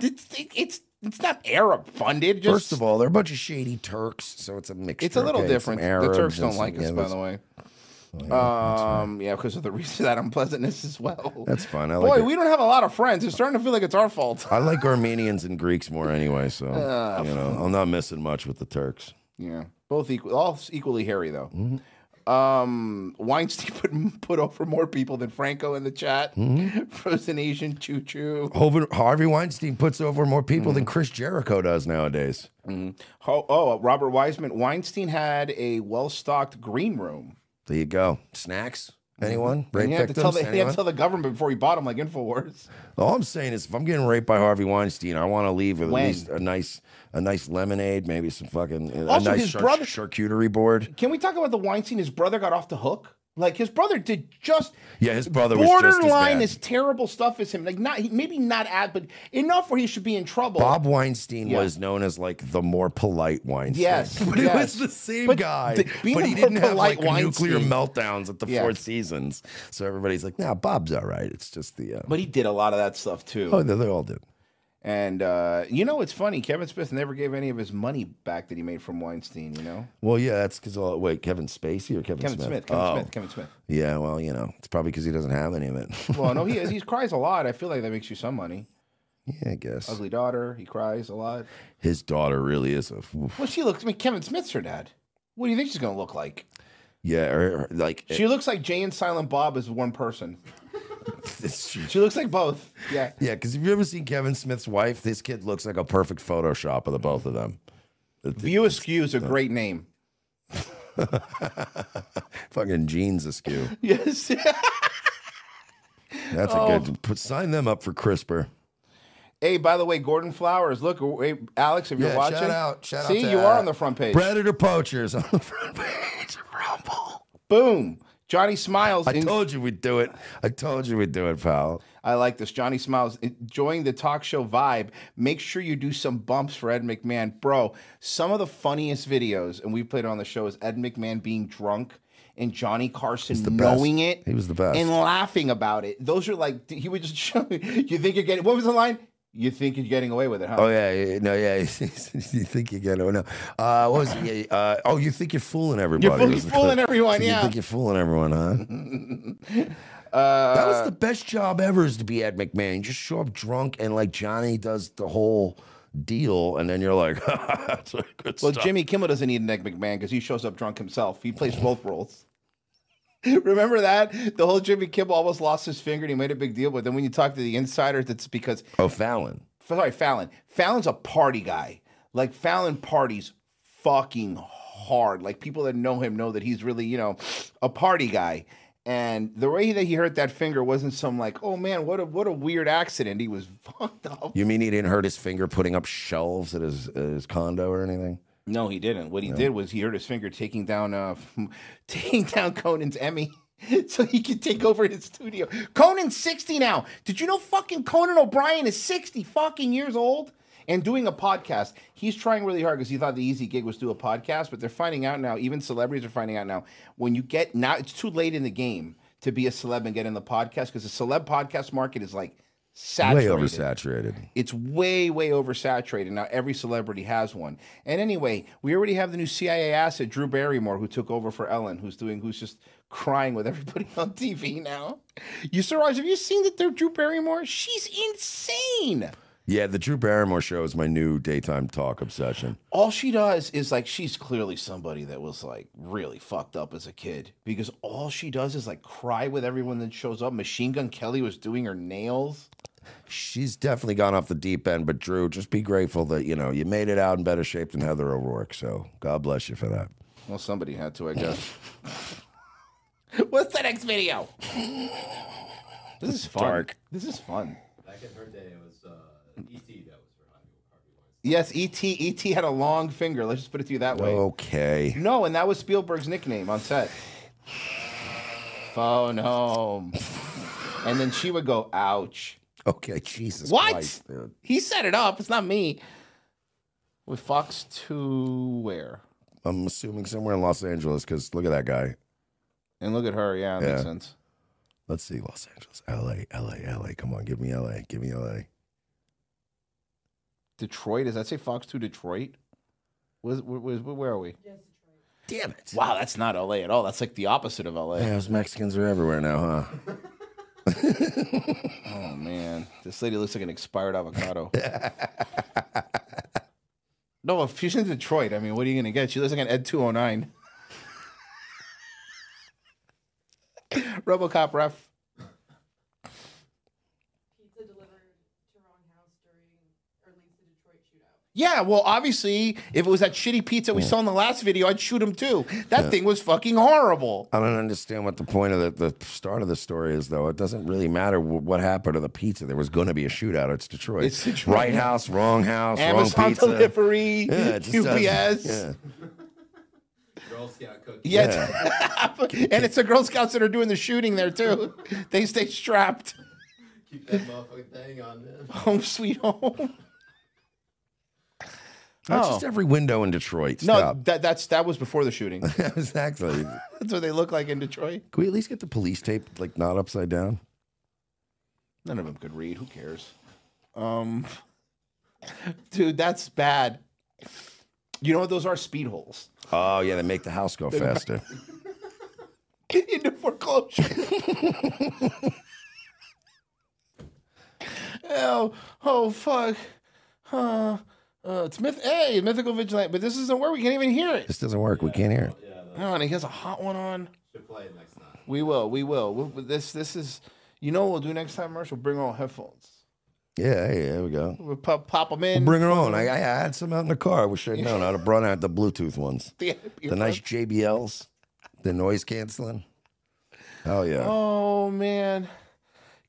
[SPEAKER 8] It's, it's it's not Arab-funded. Just
[SPEAKER 4] First of all, they're a bunch of shady Turks, so it's a mixture.
[SPEAKER 8] it's a little
[SPEAKER 4] okay?
[SPEAKER 8] different.
[SPEAKER 4] Some Arabs
[SPEAKER 8] the Turks
[SPEAKER 4] and
[SPEAKER 8] don't like
[SPEAKER 4] some- Oh,
[SPEAKER 8] us,
[SPEAKER 4] yeah,
[SPEAKER 8] by
[SPEAKER 4] that's-
[SPEAKER 8] the way. um, yeah, because of the reason that unpleasantness as well.
[SPEAKER 4] That's fine. I
[SPEAKER 8] Boy,
[SPEAKER 4] like it.
[SPEAKER 8] we don't have a lot of friends. It's starting to feel like it's our fault.
[SPEAKER 4] I like Armenians and Greeks more anyway, so
[SPEAKER 8] Ah.
[SPEAKER 4] you know I'm not missing much with the Turks.
[SPEAKER 8] Yeah, both equal, all equally hairy though.
[SPEAKER 4] Mm-hmm.
[SPEAKER 8] Um, Weinstein put put over more people than Franco in the chat.
[SPEAKER 4] Mm-hmm.
[SPEAKER 8] Frozen Asian choo choo.
[SPEAKER 4] Hover- Harvey Weinstein puts over more people
[SPEAKER 8] Hmm.
[SPEAKER 4] than Chris Jericho does nowadays.
[SPEAKER 8] Oh, oh, Robert Wiseman. Weinstein had a well stocked green room.
[SPEAKER 4] There you go. Snacks? Anyone? Rape
[SPEAKER 8] And you have Mm-hmm. to
[SPEAKER 4] victims?
[SPEAKER 8] tell the, you have
[SPEAKER 4] Anyone?
[SPEAKER 8] to tell the government before you bought them, like Infowars.
[SPEAKER 4] All I'm saying is, if I'm getting raped by Harvey Weinstein, I want to leave with
[SPEAKER 8] When?
[SPEAKER 4] at least a nice, a nice lemonade, maybe some fucking
[SPEAKER 8] Also,
[SPEAKER 4] a nice
[SPEAKER 8] his
[SPEAKER 4] char-
[SPEAKER 8] brother-
[SPEAKER 4] charcuterie board.
[SPEAKER 8] Can we talk about the Weinstein? His brother got off the hook. Like his brother did just
[SPEAKER 4] Yeah, his brother was just as
[SPEAKER 8] borderline
[SPEAKER 4] bad.
[SPEAKER 8] as terrible stuff as him. Like not he- maybe not at, but enough where he should be in trouble.
[SPEAKER 4] Bob Weinstein
[SPEAKER 8] Yeah.
[SPEAKER 4] was known as like the more polite Weinstein.
[SPEAKER 8] Yes,
[SPEAKER 4] but it
[SPEAKER 8] yes.
[SPEAKER 4] was the same
[SPEAKER 8] But
[SPEAKER 4] guy.
[SPEAKER 8] the- being
[SPEAKER 4] but
[SPEAKER 8] the
[SPEAKER 4] he
[SPEAKER 8] more
[SPEAKER 4] didn't have
[SPEAKER 8] polite
[SPEAKER 4] like nuclear
[SPEAKER 8] Weinstein-
[SPEAKER 4] meltdowns at the
[SPEAKER 8] Yes.
[SPEAKER 4] Four Seasons. So everybody's like, "Nah, Bob's all right. It's just the." Uh,
[SPEAKER 8] But he did a lot of that stuff too.
[SPEAKER 4] oh, they, they all do.
[SPEAKER 8] And uh, you know, it's funny. Kevin Smith never gave any of his money back that he made from Weinstein. You know,
[SPEAKER 4] Well, yeah, that's because all. Wait, Kevin Spacey or Kevin,
[SPEAKER 8] Kevin Smith, Kevin
[SPEAKER 4] Oh.
[SPEAKER 8] Smith, Kevin Smith.
[SPEAKER 4] Yeah, well, you know, it's probably because he doesn't have any of it.
[SPEAKER 8] Well, no, he is. He cries a lot. I feel like that makes you some money.
[SPEAKER 4] Yeah, I guess.
[SPEAKER 8] Ugly daughter. He cries a lot.
[SPEAKER 4] His daughter really is a. oof.
[SPEAKER 8] Well, she looks. I mean, Kevin Smith's her dad. What do you think she's gonna look like?
[SPEAKER 4] Yeah, or, or, like
[SPEAKER 8] She looks like Jay and Silent Bob is one person.
[SPEAKER 4] it's true.
[SPEAKER 8] She looks like both. Yeah.
[SPEAKER 4] Yeah, because if you ever seen Kevin Smith's wife, this kid looks like a perfect Photoshop of the both of them.
[SPEAKER 8] View Askew is a great name.
[SPEAKER 4] Fucking jeans askew.
[SPEAKER 8] Yes.
[SPEAKER 4] That's
[SPEAKER 8] Oh.
[SPEAKER 4] a good. Put, sign them up for CRISPR.
[SPEAKER 8] hey, by the way, Gordon Flowers. Look, wait, Alex, if you're
[SPEAKER 4] Yeah,
[SPEAKER 8] watching,
[SPEAKER 4] shout out. Shout
[SPEAKER 8] see,
[SPEAKER 4] out to,
[SPEAKER 8] you are
[SPEAKER 4] uh,
[SPEAKER 8] on the front page.
[SPEAKER 4] Predator poachers on the front page.
[SPEAKER 8] Boom. Johnny Smiles.
[SPEAKER 4] I told you we'd do it. I told you we'd do it, pal.
[SPEAKER 8] I like this. Johnny Smiles enjoying the talk show vibe. Make sure you do some bumps for Ed McMahon. Bro, some of the funniest videos, and we played it on the show, is Ed McMahon being drunk and Johnny Carson
[SPEAKER 4] the best.
[SPEAKER 8] knowing it.
[SPEAKER 4] He was the best.
[SPEAKER 8] And laughing about it. Those are like, he would just show me, you think you're getting, what was the line? You think you're getting away with it, huh?
[SPEAKER 4] Oh yeah, yeah, no, yeah. you think you get? Oh no. Uh, what was it? Yeah, uh, oh, you think you're fooling everybody?
[SPEAKER 8] fooling-
[SPEAKER 4] was the
[SPEAKER 8] fooling
[SPEAKER 4] clip.
[SPEAKER 8] everyone,
[SPEAKER 4] So
[SPEAKER 8] yeah.
[SPEAKER 4] You think you're fooling everyone, huh?
[SPEAKER 8] Uh,
[SPEAKER 4] that was the best job ever is to be at McMahon. You just show up drunk and like Johnny does the whole deal, and then you're like, that's like good
[SPEAKER 8] Well,
[SPEAKER 4] stuff.
[SPEAKER 8] Jimmy Kimmel doesn't need an Egg McMahon because he shows up drunk himself. He plays both roles. Remember that? The whole Jimmy Kimmel almost lost his finger and he made a big deal. But then when you talk to the insiders, it's because,
[SPEAKER 4] Oh, Fallon.
[SPEAKER 8] sorry, Fallon. Fallon's a party guy. Like, Fallon parties fucking hard. Like, people that know him know that he's really, you know, a party guy. And the way that he hurt that finger wasn't some like, oh man, what a what a weird accident. He was fucked up.
[SPEAKER 4] You mean he didn't hurt his finger putting up shelves at his at his condo or anything?
[SPEAKER 8] No, he didn't. What he did was he hurt his finger taking down uh taking down Conan's Emmy so he could take over his studio. Conan's 60 now. Did you know fucking Conan O'Brien is 60 fucking years old and doing a podcast? He's trying really hard because he thought the easy gig was do a podcast, but they're finding out now, even celebrities are finding out now, when you get now it's too late in the game to be a celeb and get in the podcast because the celeb podcast market is like saturated
[SPEAKER 4] Way oversaturated.
[SPEAKER 8] it's way way oversaturated now every celebrity has one and anyway we already have the new cia asset drew barrymore who took over for ellen who's doing who's just crying with everybody on tv now you Siraj, have you seen that they're drew barrymore she's insane
[SPEAKER 4] Yeah, the Drew Barrymore show is my new daytime talk obsession.
[SPEAKER 8] all she does is like she's clearly somebody that was like really fucked up as a kid because all she does is like cry with everyone that shows up machine gun kelly was doing her nails
[SPEAKER 4] She's definitely gone off the deep end, but Drew, just be grateful that you know you made it out in better shape than Heather O'Rourke. So God bless you for that.
[SPEAKER 8] well somebody had to i guess what's the next video This is fun. This is fun.
[SPEAKER 9] Back in her day, it was uh, ET that was her.
[SPEAKER 8] Yes, E ET ET had a long finger. Let's just put it to you that way.
[SPEAKER 4] Okay.
[SPEAKER 8] No, and that was Spielberg's nickname on set. Phone home. And then she would go, "Ouch."
[SPEAKER 4] Okay. Jesus.
[SPEAKER 8] What?
[SPEAKER 4] Christ, dude.
[SPEAKER 8] He set it up. It's not me. With Fox 2 where?
[SPEAKER 4] I'm assuming somewhere in Los Angeles because look at that guy.
[SPEAKER 8] And look at her. Yeah, that makes
[SPEAKER 4] Yeah.
[SPEAKER 8] sense.
[SPEAKER 4] Let's see, Los Angeles, L.A., L.A., L.A. Come on, give me L.A., give me L.A.
[SPEAKER 8] Detroit. Does that say Fox 2 Detroit? Was, was, where are we?
[SPEAKER 4] Damn it!
[SPEAKER 8] Wow, that's not LA at all. That's like the opposite of LA.
[SPEAKER 4] Yeah, those Mexicans are everywhere now, huh?
[SPEAKER 8] Oh man, this lady looks like an expired avocado. no, if she's in Detroit, I mean, what are you gonna get? She looks like an Ed 209. RoboCop ref. Yeah, well, obviously, if it was that shitty pizza we saw in the last video, I'd shoot him too. That thing was fucking horrible.
[SPEAKER 4] I don't understand what the point of the, the start of the story is, though. It doesn't really matter wh- what happened to the pizza. There was going to be a shootout. It's Detroit.
[SPEAKER 8] It's Detroit.
[SPEAKER 4] Right house, wrong house, wrong
[SPEAKER 8] Amazon
[SPEAKER 4] pizza.
[SPEAKER 8] delivery,
[SPEAKER 4] Yeah, it just doesn't-
[SPEAKER 8] UPS.
[SPEAKER 4] yeah.
[SPEAKER 9] Girl Scout cookie.
[SPEAKER 8] Yeah. it's- and it's the Girl Scouts that are doing the shooting there too. they stay strapped.
[SPEAKER 9] Keep that motherfucking thing on, man.
[SPEAKER 8] Home sweet home.
[SPEAKER 4] Oh, It's just every window in Detroit.
[SPEAKER 8] No,
[SPEAKER 4] Stop.
[SPEAKER 8] that that's that was before the shooting.
[SPEAKER 4] exactly.
[SPEAKER 8] That's what they look like in Detroit.
[SPEAKER 4] Can we at least get the police tape like not upside down?
[SPEAKER 8] None of them could read. Who cares? Um, dude, that's bad. You know what? Those are speed holes
[SPEAKER 4] Oh yeah, they make the house go faster.
[SPEAKER 8] into foreclosure. oh, oh, fuck. Huh. Uh, it's myth A, mythical vigilante, but this isn't where we can't even hear it.
[SPEAKER 4] This doesn't work. We can't hear it.
[SPEAKER 8] Oh, and he has a hot one on. We will, we will. We'll- we'll- this, this is, you know, what we'll do next time, Mersh. We'll bring our headphones.
[SPEAKER 4] Yeah, hey, there we go.
[SPEAKER 8] We'll pop, pop them
[SPEAKER 4] Well,
[SPEAKER 8] in.
[SPEAKER 4] bring her on. I, I had some out in the car. I wish I'd known. I'd have brought out the Bluetooth ones,
[SPEAKER 8] The,
[SPEAKER 4] the nice JBLs, the noise canceling. Oh yeah.
[SPEAKER 8] Oh man,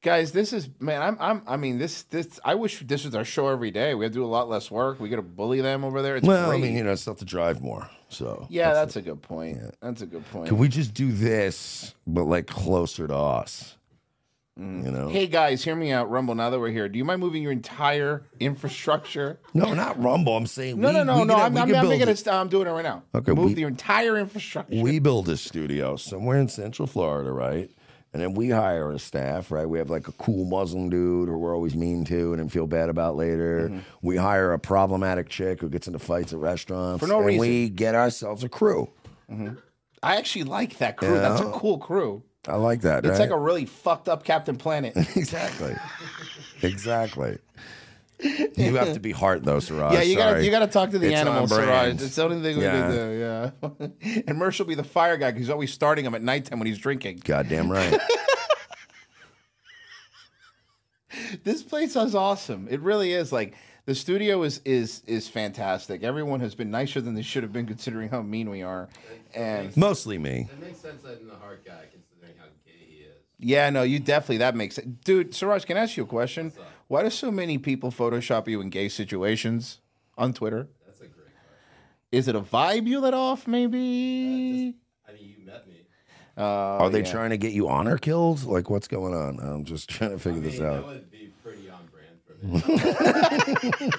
[SPEAKER 8] guys, this is man. I'm, I'm. I mean, this, this. I wish this was our show every day. We have to do a lot less work. We got to bully them over there. It's
[SPEAKER 4] well,
[SPEAKER 8] great.
[SPEAKER 4] I mean, you know, it's not to drive more. So
[SPEAKER 8] yeah, that's, a good point. That's a good point.
[SPEAKER 4] Can we just do this, but like closer to us? You know?
[SPEAKER 8] Mm. Hey guys, hear me out, Rumble. Now that we're here, do you mind moving your entire infrastructure?
[SPEAKER 4] No, not Rumble. I'm saying
[SPEAKER 8] No,
[SPEAKER 4] we,
[SPEAKER 8] no, no,
[SPEAKER 4] we
[SPEAKER 8] no.
[SPEAKER 4] Can,
[SPEAKER 8] I'm,
[SPEAKER 4] we
[SPEAKER 8] I'm,
[SPEAKER 4] can
[SPEAKER 8] I'm
[SPEAKER 4] build
[SPEAKER 8] making
[SPEAKER 4] it.
[SPEAKER 8] it. st- I'm doing it right now.
[SPEAKER 4] Okay,
[SPEAKER 8] Move
[SPEAKER 4] we-
[SPEAKER 8] the entire infrastructure.
[SPEAKER 4] we build a studio somewhere in central florida right and then we hire a staff right we have like a cool muslim dude who we're always mean to and then feel bad about later
[SPEAKER 8] Mm-hmm.
[SPEAKER 4] we hire a problematic chick who gets into fights at restaurants
[SPEAKER 8] For no
[SPEAKER 4] and
[SPEAKER 8] reason.
[SPEAKER 4] we get ourselves a crew
[SPEAKER 8] I actually like that crew. That's a
[SPEAKER 4] Yeah.
[SPEAKER 8] cool crew.
[SPEAKER 4] i like that
[SPEAKER 8] It's
[SPEAKER 4] right?
[SPEAKER 8] like a really fucked up Captain Planet.
[SPEAKER 4] exactly exactly you have to be hard though Siraj.
[SPEAKER 8] yeah, you gotta
[SPEAKER 4] Sorry.
[SPEAKER 8] you gotta talk to the
[SPEAKER 4] It's on
[SPEAKER 8] animals, Siraj.
[SPEAKER 4] brand.
[SPEAKER 8] It's the only thing we can do. Yeah. and Mersh will be the fire guy because he's always starting him at nighttime when he's drinking.
[SPEAKER 4] goddamn right
[SPEAKER 8] This place is awesome. It really is. Like the studio is is is fantastic. Everyone has been nicer than they should have been considering how mean we are. And
[SPEAKER 4] mostly me
[SPEAKER 9] It makes sense that in the hard guy, considering how gay he is.
[SPEAKER 8] yeah, no, you definitely that makes it. Dude, Siraj, can I ask you a question? Why do so many people Photoshop you in gay situations on Twitter?
[SPEAKER 9] That's a great question. Uh,
[SPEAKER 8] Is it a vibe you let off, maybe?
[SPEAKER 9] I mean, you met me.
[SPEAKER 8] Oh,
[SPEAKER 4] are they trying to get you honor killed like what's going on i'm just trying to figure this
[SPEAKER 9] Hey,
[SPEAKER 4] out
[SPEAKER 9] that would be pretty on brand for me.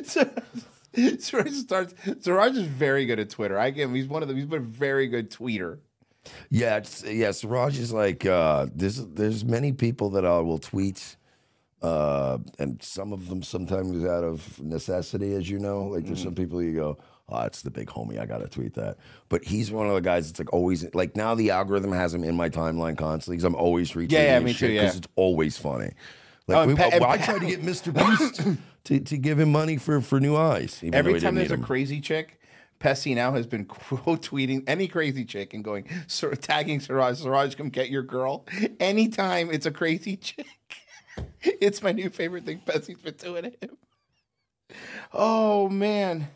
[SPEAKER 8] So, Siraj starts. Siraj is very good at Twitter. I give him. He's one of them. He's been a very good tweeter.
[SPEAKER 4] Yeah, it's, yeah. Siraj is like uh, there's there's many people that I will tweet, uh, and some of them sometimes out of necessity, as you know. Like there's
[SPEAKER 8] Mm-hmm.
[SPEAKER 4] some people you go, oh, it's the big homie, I gotta tweet that. But he's one of the guys that's like always like now the algorithm has him in my timeline constantly because I'm always retweeting.
[SPEAKER 8] yeah,
[SPEAKER 4] his
[SPEAKER 8] me too,
[SPEAKER 4] shit
[SPEAKER 8] yeah.
[SPEAKER 4] 'cause it's always funny.
[SPEAKER 8] Oh,
[SPEAKER 4] Like
[SPEAKER 8] and
[SPEAKER 4] we,
[SPEAKER 8] Pa- and
[SPEAKER 4] well, I
[SPEAKER 8] Pa-
[SPEAKER 4] tried to get Mr. Beast to, to give him money for for new eyes. even though
[SPEAKER 8] Every
[SPEAKER 4] he
[SPEAKER 8] time
[SPEAKER 4] didn't
[SPEAKER 8] there's
[SPEAKER 4] need
[SPEAKER 8] a
[SPEAKER 4] him.
[SPEAKER 8] crazy chick, Pessy now has been quote tweeting any crazy chick and going sir, tagging Siraj. Siraj, come get your girl. Anytime it's a crazy chick, it's my new favorite thing. Pessy's been doing it. Oh man.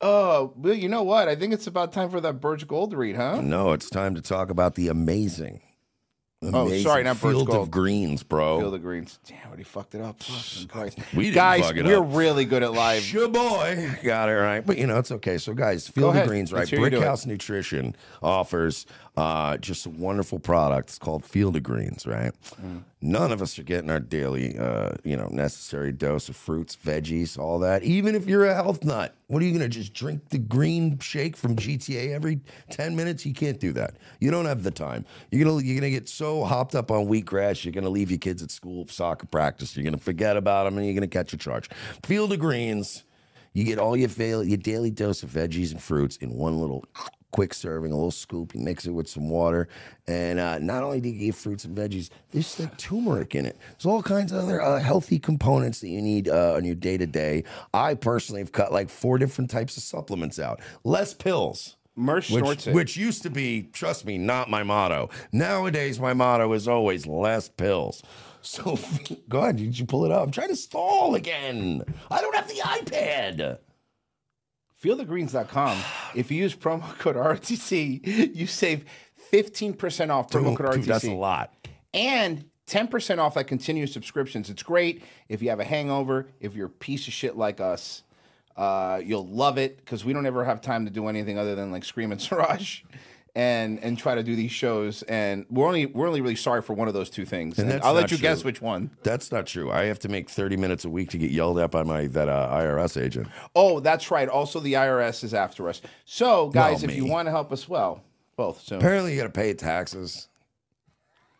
[SPEAKER 8] Oh, well, you know what? I think it's about time for that Birch Gold read, huh?
[SPEAKER 4] No, it's time to talk about the amazing. amazing
[SPEAKER 8] Oh, sorry, not Birch
[SPEAKER 4] Field
[SPEAKER 8] Gold.
[SPEAKER 4] of Greens, bro.
[SPEAKER 8] Field of Greens. Damn, already fucked it up. Fucking Christ.
[SPEAKER 4] Oh. We didn't
[SPEAKER 8] guys,
[SPEAKER 4] fuck it
[SPEAKER 8] we're
[SPEAKER 4] up.
[SPEAKER 8] really good at live.
[SPEAKER 4] Your boy got it right, but you know it's okay. So, guys, Field
[SPEAKER 8] ahead.
[SPEAKER 4] of Greens, right?
[SPEAKER 8] Let's hear you do it.
[SPEAKER 4] Brickhouse Nutrition offers uh, just a wonderful product. It's called Field of Greens, right?
[SPEAKER 8] Mm.
[SPEAKER 4] None of us are getting our daily, uh, you know, necessary dose of fruits, veggies, all that. Even if you're a health nut, what are you gonna just drink the green shake from GTA every ten minutes? You can't do that. You don't have the time. You're gonna you're gonna get so hopped up on wheatgrass. You're gonna leave your kids at school soccer practice. You're gonna forget about them, and you're gonna catch a charge. Field of Greens. You get all your, fail, your daily dose of veggies and fruits in one little quick serving, a little scoop. You mix it with some water. And uh, not only do you get fruits and veggies, there's like turmeric in it. There's all kinds of other uh, healthy components that you need uh, on your day to day. I personally have cut like four different types of supplements out, less pills.
[SPEAKER 8] Merch
[SPEAKER 4] Which,
[SPEAKER 8] snorts it.
[SPEAKER 4] which used to be, trust me, not my motto. Nowadays, my motto is always less pills. So, go ahead. Did you pull it up? I'm trying to stall again. I don't have the iPad.
[SPEAKER 8] Fieldofgreens.com. If you use promo code RTC, you save 15% off promo code RTC.
[SPEAKER 4] Dude, that's a lot.
[SPEAKER 8] And 10% off that continuous subscriptions. It's great if you have a hangover, if you're a piece of shit like us. Uh, you'll love it because we don't ever have time to do anything other than like scream and Siraj and and try to do these shows. And we're only we're only really sorry for one of those two things. And
[SPEAKER 4] that's
[SPEAKER 8] I'll let
[SPEAKER 4] not
[SPEAKER 8] you guess
[SPEAKER 4] true.
[SPEAKER 8] which one.
[SPEAKER 4] That's not true. I have to make 30 minutes a week to get yelled at by my that uh, IRS agent.
[SPEAKER 8] Oh, that's right. Also, the IRS is after us. So, guys,
[SPEAKER 4] Well,
[SPEAKER 8] if you
[SPEAKER 4] me.
[SPEAKER 8] want to help us, well, both. So,
[SPEAKER 4] Apparently, you got to pay taxes.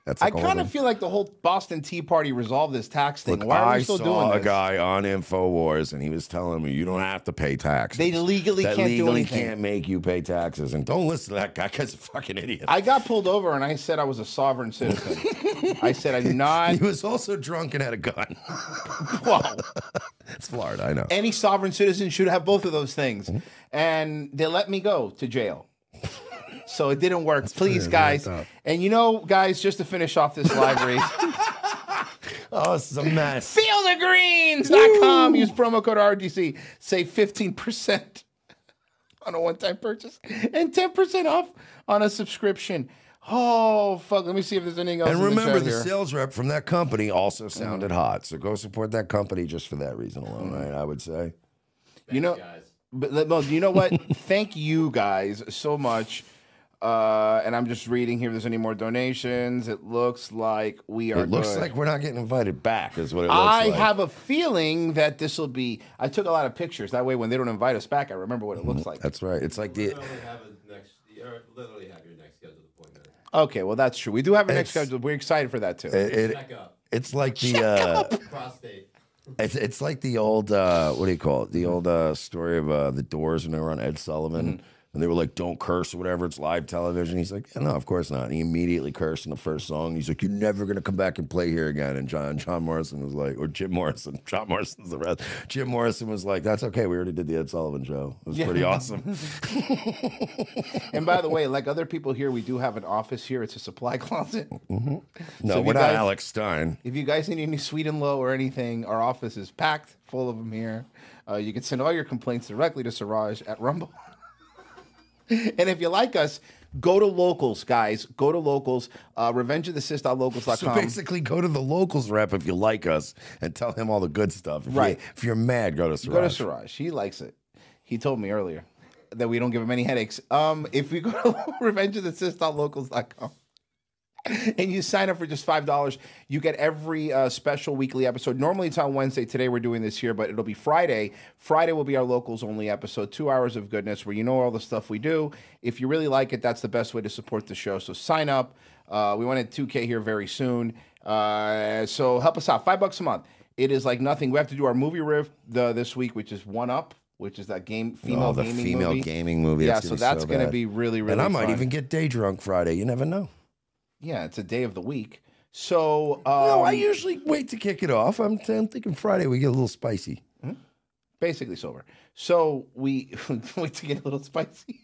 [SPEAKER 4] That's
[SPEAKER 8] I
[SPEAKER 4] like a whole
[SPEAKER 8] kind of
[SPEAKER 4] thing.
[SPEAKER 8] feel like the whole Boston Tea Party resolved this tax thing.
[SPEAKER 4] Look,
[SPEAKER 8] Why are
[SPEAKER 4] I
[SPEAKER 8] we still
[SPEAKER 4] saw
[SPEAKER 8] doing
[SPEAKER 4] a
[SPEAKER 8] this?
[SPEAKER 4] guy on Infowars, and he was telling me you don't have to pay taxes.
[SPEAKER 8] They legally
[SPEAKER 4] that
[SPEAKER 8] can't do
[SPEAKER 4] legally
[SPEAKER 8] anything.
[SPEAKER 4] can't make you pay taxes, and don't listen to that guy because a fucking idiot.
[SPEAKER 8] I got pulled over and I said I was a sovereign citizen. I said I not.
[SPEAKER 4] he was also drunk and had a gun.
[SPEAKER 8] Whoa.
[SPEAKER 4] it's Florida, I know.
[SPEAKER 8] Any sovereign citizen should have both of those things.
[SPEAKER 4] Mm-hmm.
[SPEAKER 8] And they let me go to jail. So it didn't work. Please,
[SPEAKER 4] pretty
[SPEAKER 8] guys.
[SPEAKER 4] messed up.
[SPEAKER 8] And you know, guys, just to finish off this live race.
[SPEAKER 4] oh, this is a mess.
[SPEAKER 8] Fieldofgreens.com. Use promo code RDC. Save 15% on a one time purchase and 10% off on a subscription. Oh, fuck. Let me see if there's anything else.
[SPEAKER 4] And
[SPEAKER 8] in
[SPEAKER 4] remember,
[SPEAKER 8] the, chat
[SPEAKER 4] the
[SPEAKER 8] here.
[SPEAKER 4] sales rep from that company also sounded hot. So go support that company just for that reason alone, right? I would say.
[SPEAKER 8] you know, but let- no, you know what? Thank you guys so much. Uh, and I'm just reading here. If there's any more donations, it looks like we are.
[SPEAKER 4] It looks
[SPEAKER 8] good.
[SPEAKER 4] like we're not getting invited back, is what it looks
[SPEAKER 8] I
[SPEAKER 4] like.
[SPEAKER 8] have a feeling that this will be. I took a lot of pictures. That way, when they don't invite us back, I remember what it looks like.
[SPEAKER 4] That's right. It's like the.
[SPEAKER 9] Literally have a next, or literally have your next scheduled appointment.
[SPEAKER 8] Okay, well, that's true. We do have a next
[SPEAKER 4] It's-
[SPEAKER 8] schedule. We're excited for that too.
[SPEAKER 4] It,
[SPEAKER 9] Check
[SPEAKER 4] it,
[SPEAKER 9] up.
[SPEAKER 4] it's like the. Uh,
[SPEAKER 9] Prostate.
[SPEAKER 4] It's, it's like the old uh, what do you call it? The old uh, story of uh, the Doors when they were on Ed Sullivan
[SPEAKER 8] Mm-hmm.
[SPEAKER 4] and they were like, "Don't curse or whatever." It's live television. He's like, yeah, "No, of course not." And he immediately cursed in the first song. He's like, "You're never gonna come back and play here again." And John John Morrison was like, or Jim Morrison, John Morrison's the rest. Jim Morrison was like, "That's okay. We already did the Ed Sullivan show. It was
[SPEAKER 8] Yeah.
[SPEAKER 4] pretty awesome."
[SPEAKER 8] and by the way, like other people here, we do have an office here. It's a supply closet.
[SPEAKER 4] No,
[SPEAKER 8] So if
[SPEAKER 4] we're
[SPEAKER 8] you
[SPEAKER 4] not
[SPEAKER 8] guys-
[SPEAKER 4] Alex Stein.
[SPEAKER 8] If you guys need any sweet and low or anything, our office is packed full of them here. Uh, you can send all your complaints directly to Siraj at Rumble. and if you like us, go to locals, guys. Go to locals. Uh, revengeofthesist.locals.com.
[SPEAKER 4] So basically, go to the locals rep if you like us and tell him all the good stuff. If
[SPEAKER 8] Right.
[SPEAKER 4] You, if you're mad, go to Siraj.
[SPEAKER 8] Go to Siraj. He likes it. He told me earlier that we don't give him any headaches. Um, if we go to revengeofthesist.locals.com and you sign up for just five dollars, you get every uh, special weekly episode. Normally it's on Wednesday. Today we're doing this here, but it'll be Friday. Friday will be our locals only episode, two hours of goodness, where you know all the stuff we do. If you really like it, that's the best way to support the show. So sign up. Uh, we want to 2K here very soon. Uh, so help us out. Five bucks a month. It is like nothing. We have to do our movie riff the, this week, which is One Up, which is that game female
[SPEAKER 4] oh, the
[SPEAKER 8] gaming
[SPEAKER 4] female
[SPEAKER 8] movie.
[SPEAKER 4] gaming movie.
[SPEAKER 8] Yeah, so that's
[SPEAKER 4] going
[SPEAKER 8] gonna
[SPEAKER 4] to
[SPEAKER 8] be really, really.
[SPEAKER 4] And I might
[SPEAKER 8] fun.
[SPEAKER 4] even get day drunk Friday. You never know.
[SPEAKER 8] Yeah, it's a day of the week. So um,
[SPEAKER 4] no, I usually wait to kick it off. I'm, I'm thinking Friday we get a little spicy.
[SPEAKER 8] basically sober. So we wait to get a little spicy.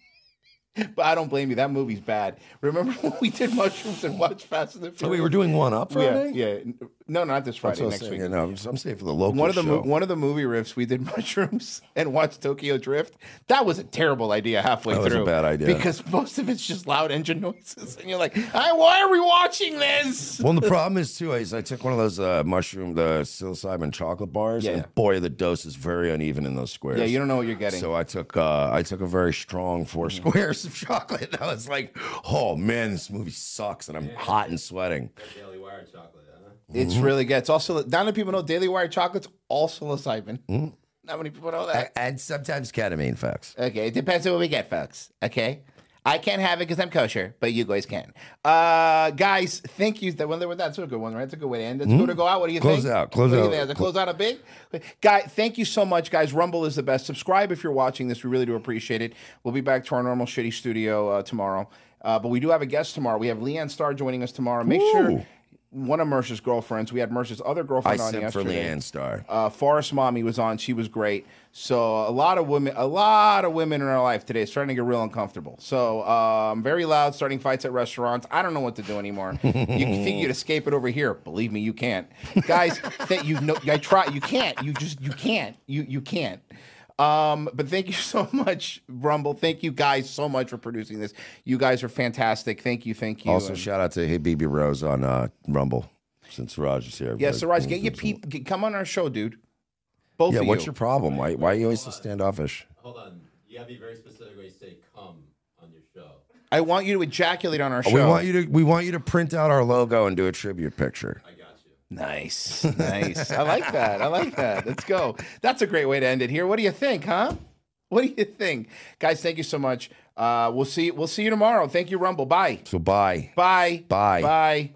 [SPEAKER 8] but I don't blame you. That movie's bad. Remember when we did mushrooms and watched Fast and the Furious?
[SPEAKER 4] So Oh, we were doing one up Friday.
[SPEAKER 8] Yeah, yeah. No, not this
[SPEAKER 4] That's
[SPEAKER 8] Friday.
[SPEAKER 4] what I'm
[SPEAKER 8] Next
[SPEAKER 4] saying.
[SPEAKER 8] week.
[SPEAKER 4] Yeah, no, I'm, I'm saying for the local
[SPEAKER 8] One of the mo-
[SPEAKER 4] show.
[SPEAKER 8] one of the movie riffs we did mushrooms and watched Tokyo Drift. That was a terrible idea halfway
[SPEAKER 4] That was a
[SPEAKER 8] through.
[SPEAKER 4] bad idea.
[SPEAKER 8] because most of it's just loud engine noises, and you're like, "Hey, why are we watching this?"
[SPEAKER 4] well, and the problem is too is I took one of those uh, mushroom, the psilocybin chocolate bars,
[SPEAKER 8] Yeah, yeah.
[SPEAKER 4] and boy, the dose is very uneven in those squares.
[SPEAKER 8] Yeah, you don't know what you're getting. Mm-hmm.
[SPEAKER 4] So I took uh, I took a very strong 4 squares of chocolate. And I was like, oh man, this movie sucks, and I'm hot and sweating.
[SPEAKER 9] Daily Wire chocolate, huh?
[SPEAKER 8] It's really good. It's also not many people know Daily Wire chocolates also psilocybin. Not many people know that.
[SPEAKER 4] A- And sometimes ketamine facts.
[SPEAKER 8] Okay, it depends on what we get, folks. Okay, I can't have it because I'm kosher, but you guys can. Uh, guys, thank you. That one, that's a good one, right? That's a good way to end. That's a good to go out. What do you
[SPEAKER 4] Hmm? Close
[SPEAKER 8] think?
[SPEAKER 4] out, close
[SPEAKER 8] What do you
[SPEAKER 4] out.
[SPEAKER 8] think? As a close out a big guy. Thank you so much, guys. Rumble is the best. Subscribe if you're watching this. We really do appreciate it. We'll be back to our normal shitty studio uh, tomorrow. Uh, but we do have a guest tomorrow. We have Leanne Starr joining us tomorrow. Make sure
[SPEAKER 4] Ooh.
[SPEAKER 8] one of Mercer's girlfriends. We had Mercer's other
[SPEAKER 4] I
[SPEAKER 8] girlfriend on
[SPEAKER 4] sent for
[SPEAKER 8] yesterday.
[SPEAKER 4] Leanne Star.
[SPEAKER 8] Uh, Forest Mommy was on. She was great. So a lot of women, a lot of women in our life today is starting to get real uncomfortable. So um, very loud, starting fights at restaurants. I don't know what to do anymore. you think you'd escape it over here? Believe me, you can't, guys. That you know, I try. You can't. You just you can't. You you can't. Um, but thank you so much, Rumble. Thank you guys so much for producing this. You guys are fantastic. Thank you, thank you. uh,
[SPEAKER 4] Also,
[SPEAKER 8] And-
[SPEAKER 4] shout out to Hey BB Rose on uh, Rumble, since Raj is here.
[SPEAKER 8] yeah,
[SPEAKER 4] But-
[SPEAKER 8] Siraj, get your peep. get- Come on our show, dude. Both
[SPEAKER 4] Yeah,
[SPEAKER 8] of
[SPEAKER 4] what's
[SPEAKER 8] you.
[SPEAKER 4] your problem? Why, why are you always so standoffish?
[SPEAKER 9] Hold on. You gotta be very specific when you say come on your show.
[SPEAKER 8] I want you to ejaculate on our show.
[SPEAKER 4] Oh, We want you to we want you to print out our logo and do a tribute picture.
[SPEAKER 8] Nice, nice. I like that. I like that. Let's go. That's a great way to end it here. What do you think, huh? What do you think, guys? Thank you so much. Uh, we'll see. We'll see you tomorrow. Thank you, Rumble. Bye.
[SPEAKER 4] So bye.
[SPEAKER 8] Bye.
[SPEAKER 4] Bye.
[SPEAKER 8] Bye.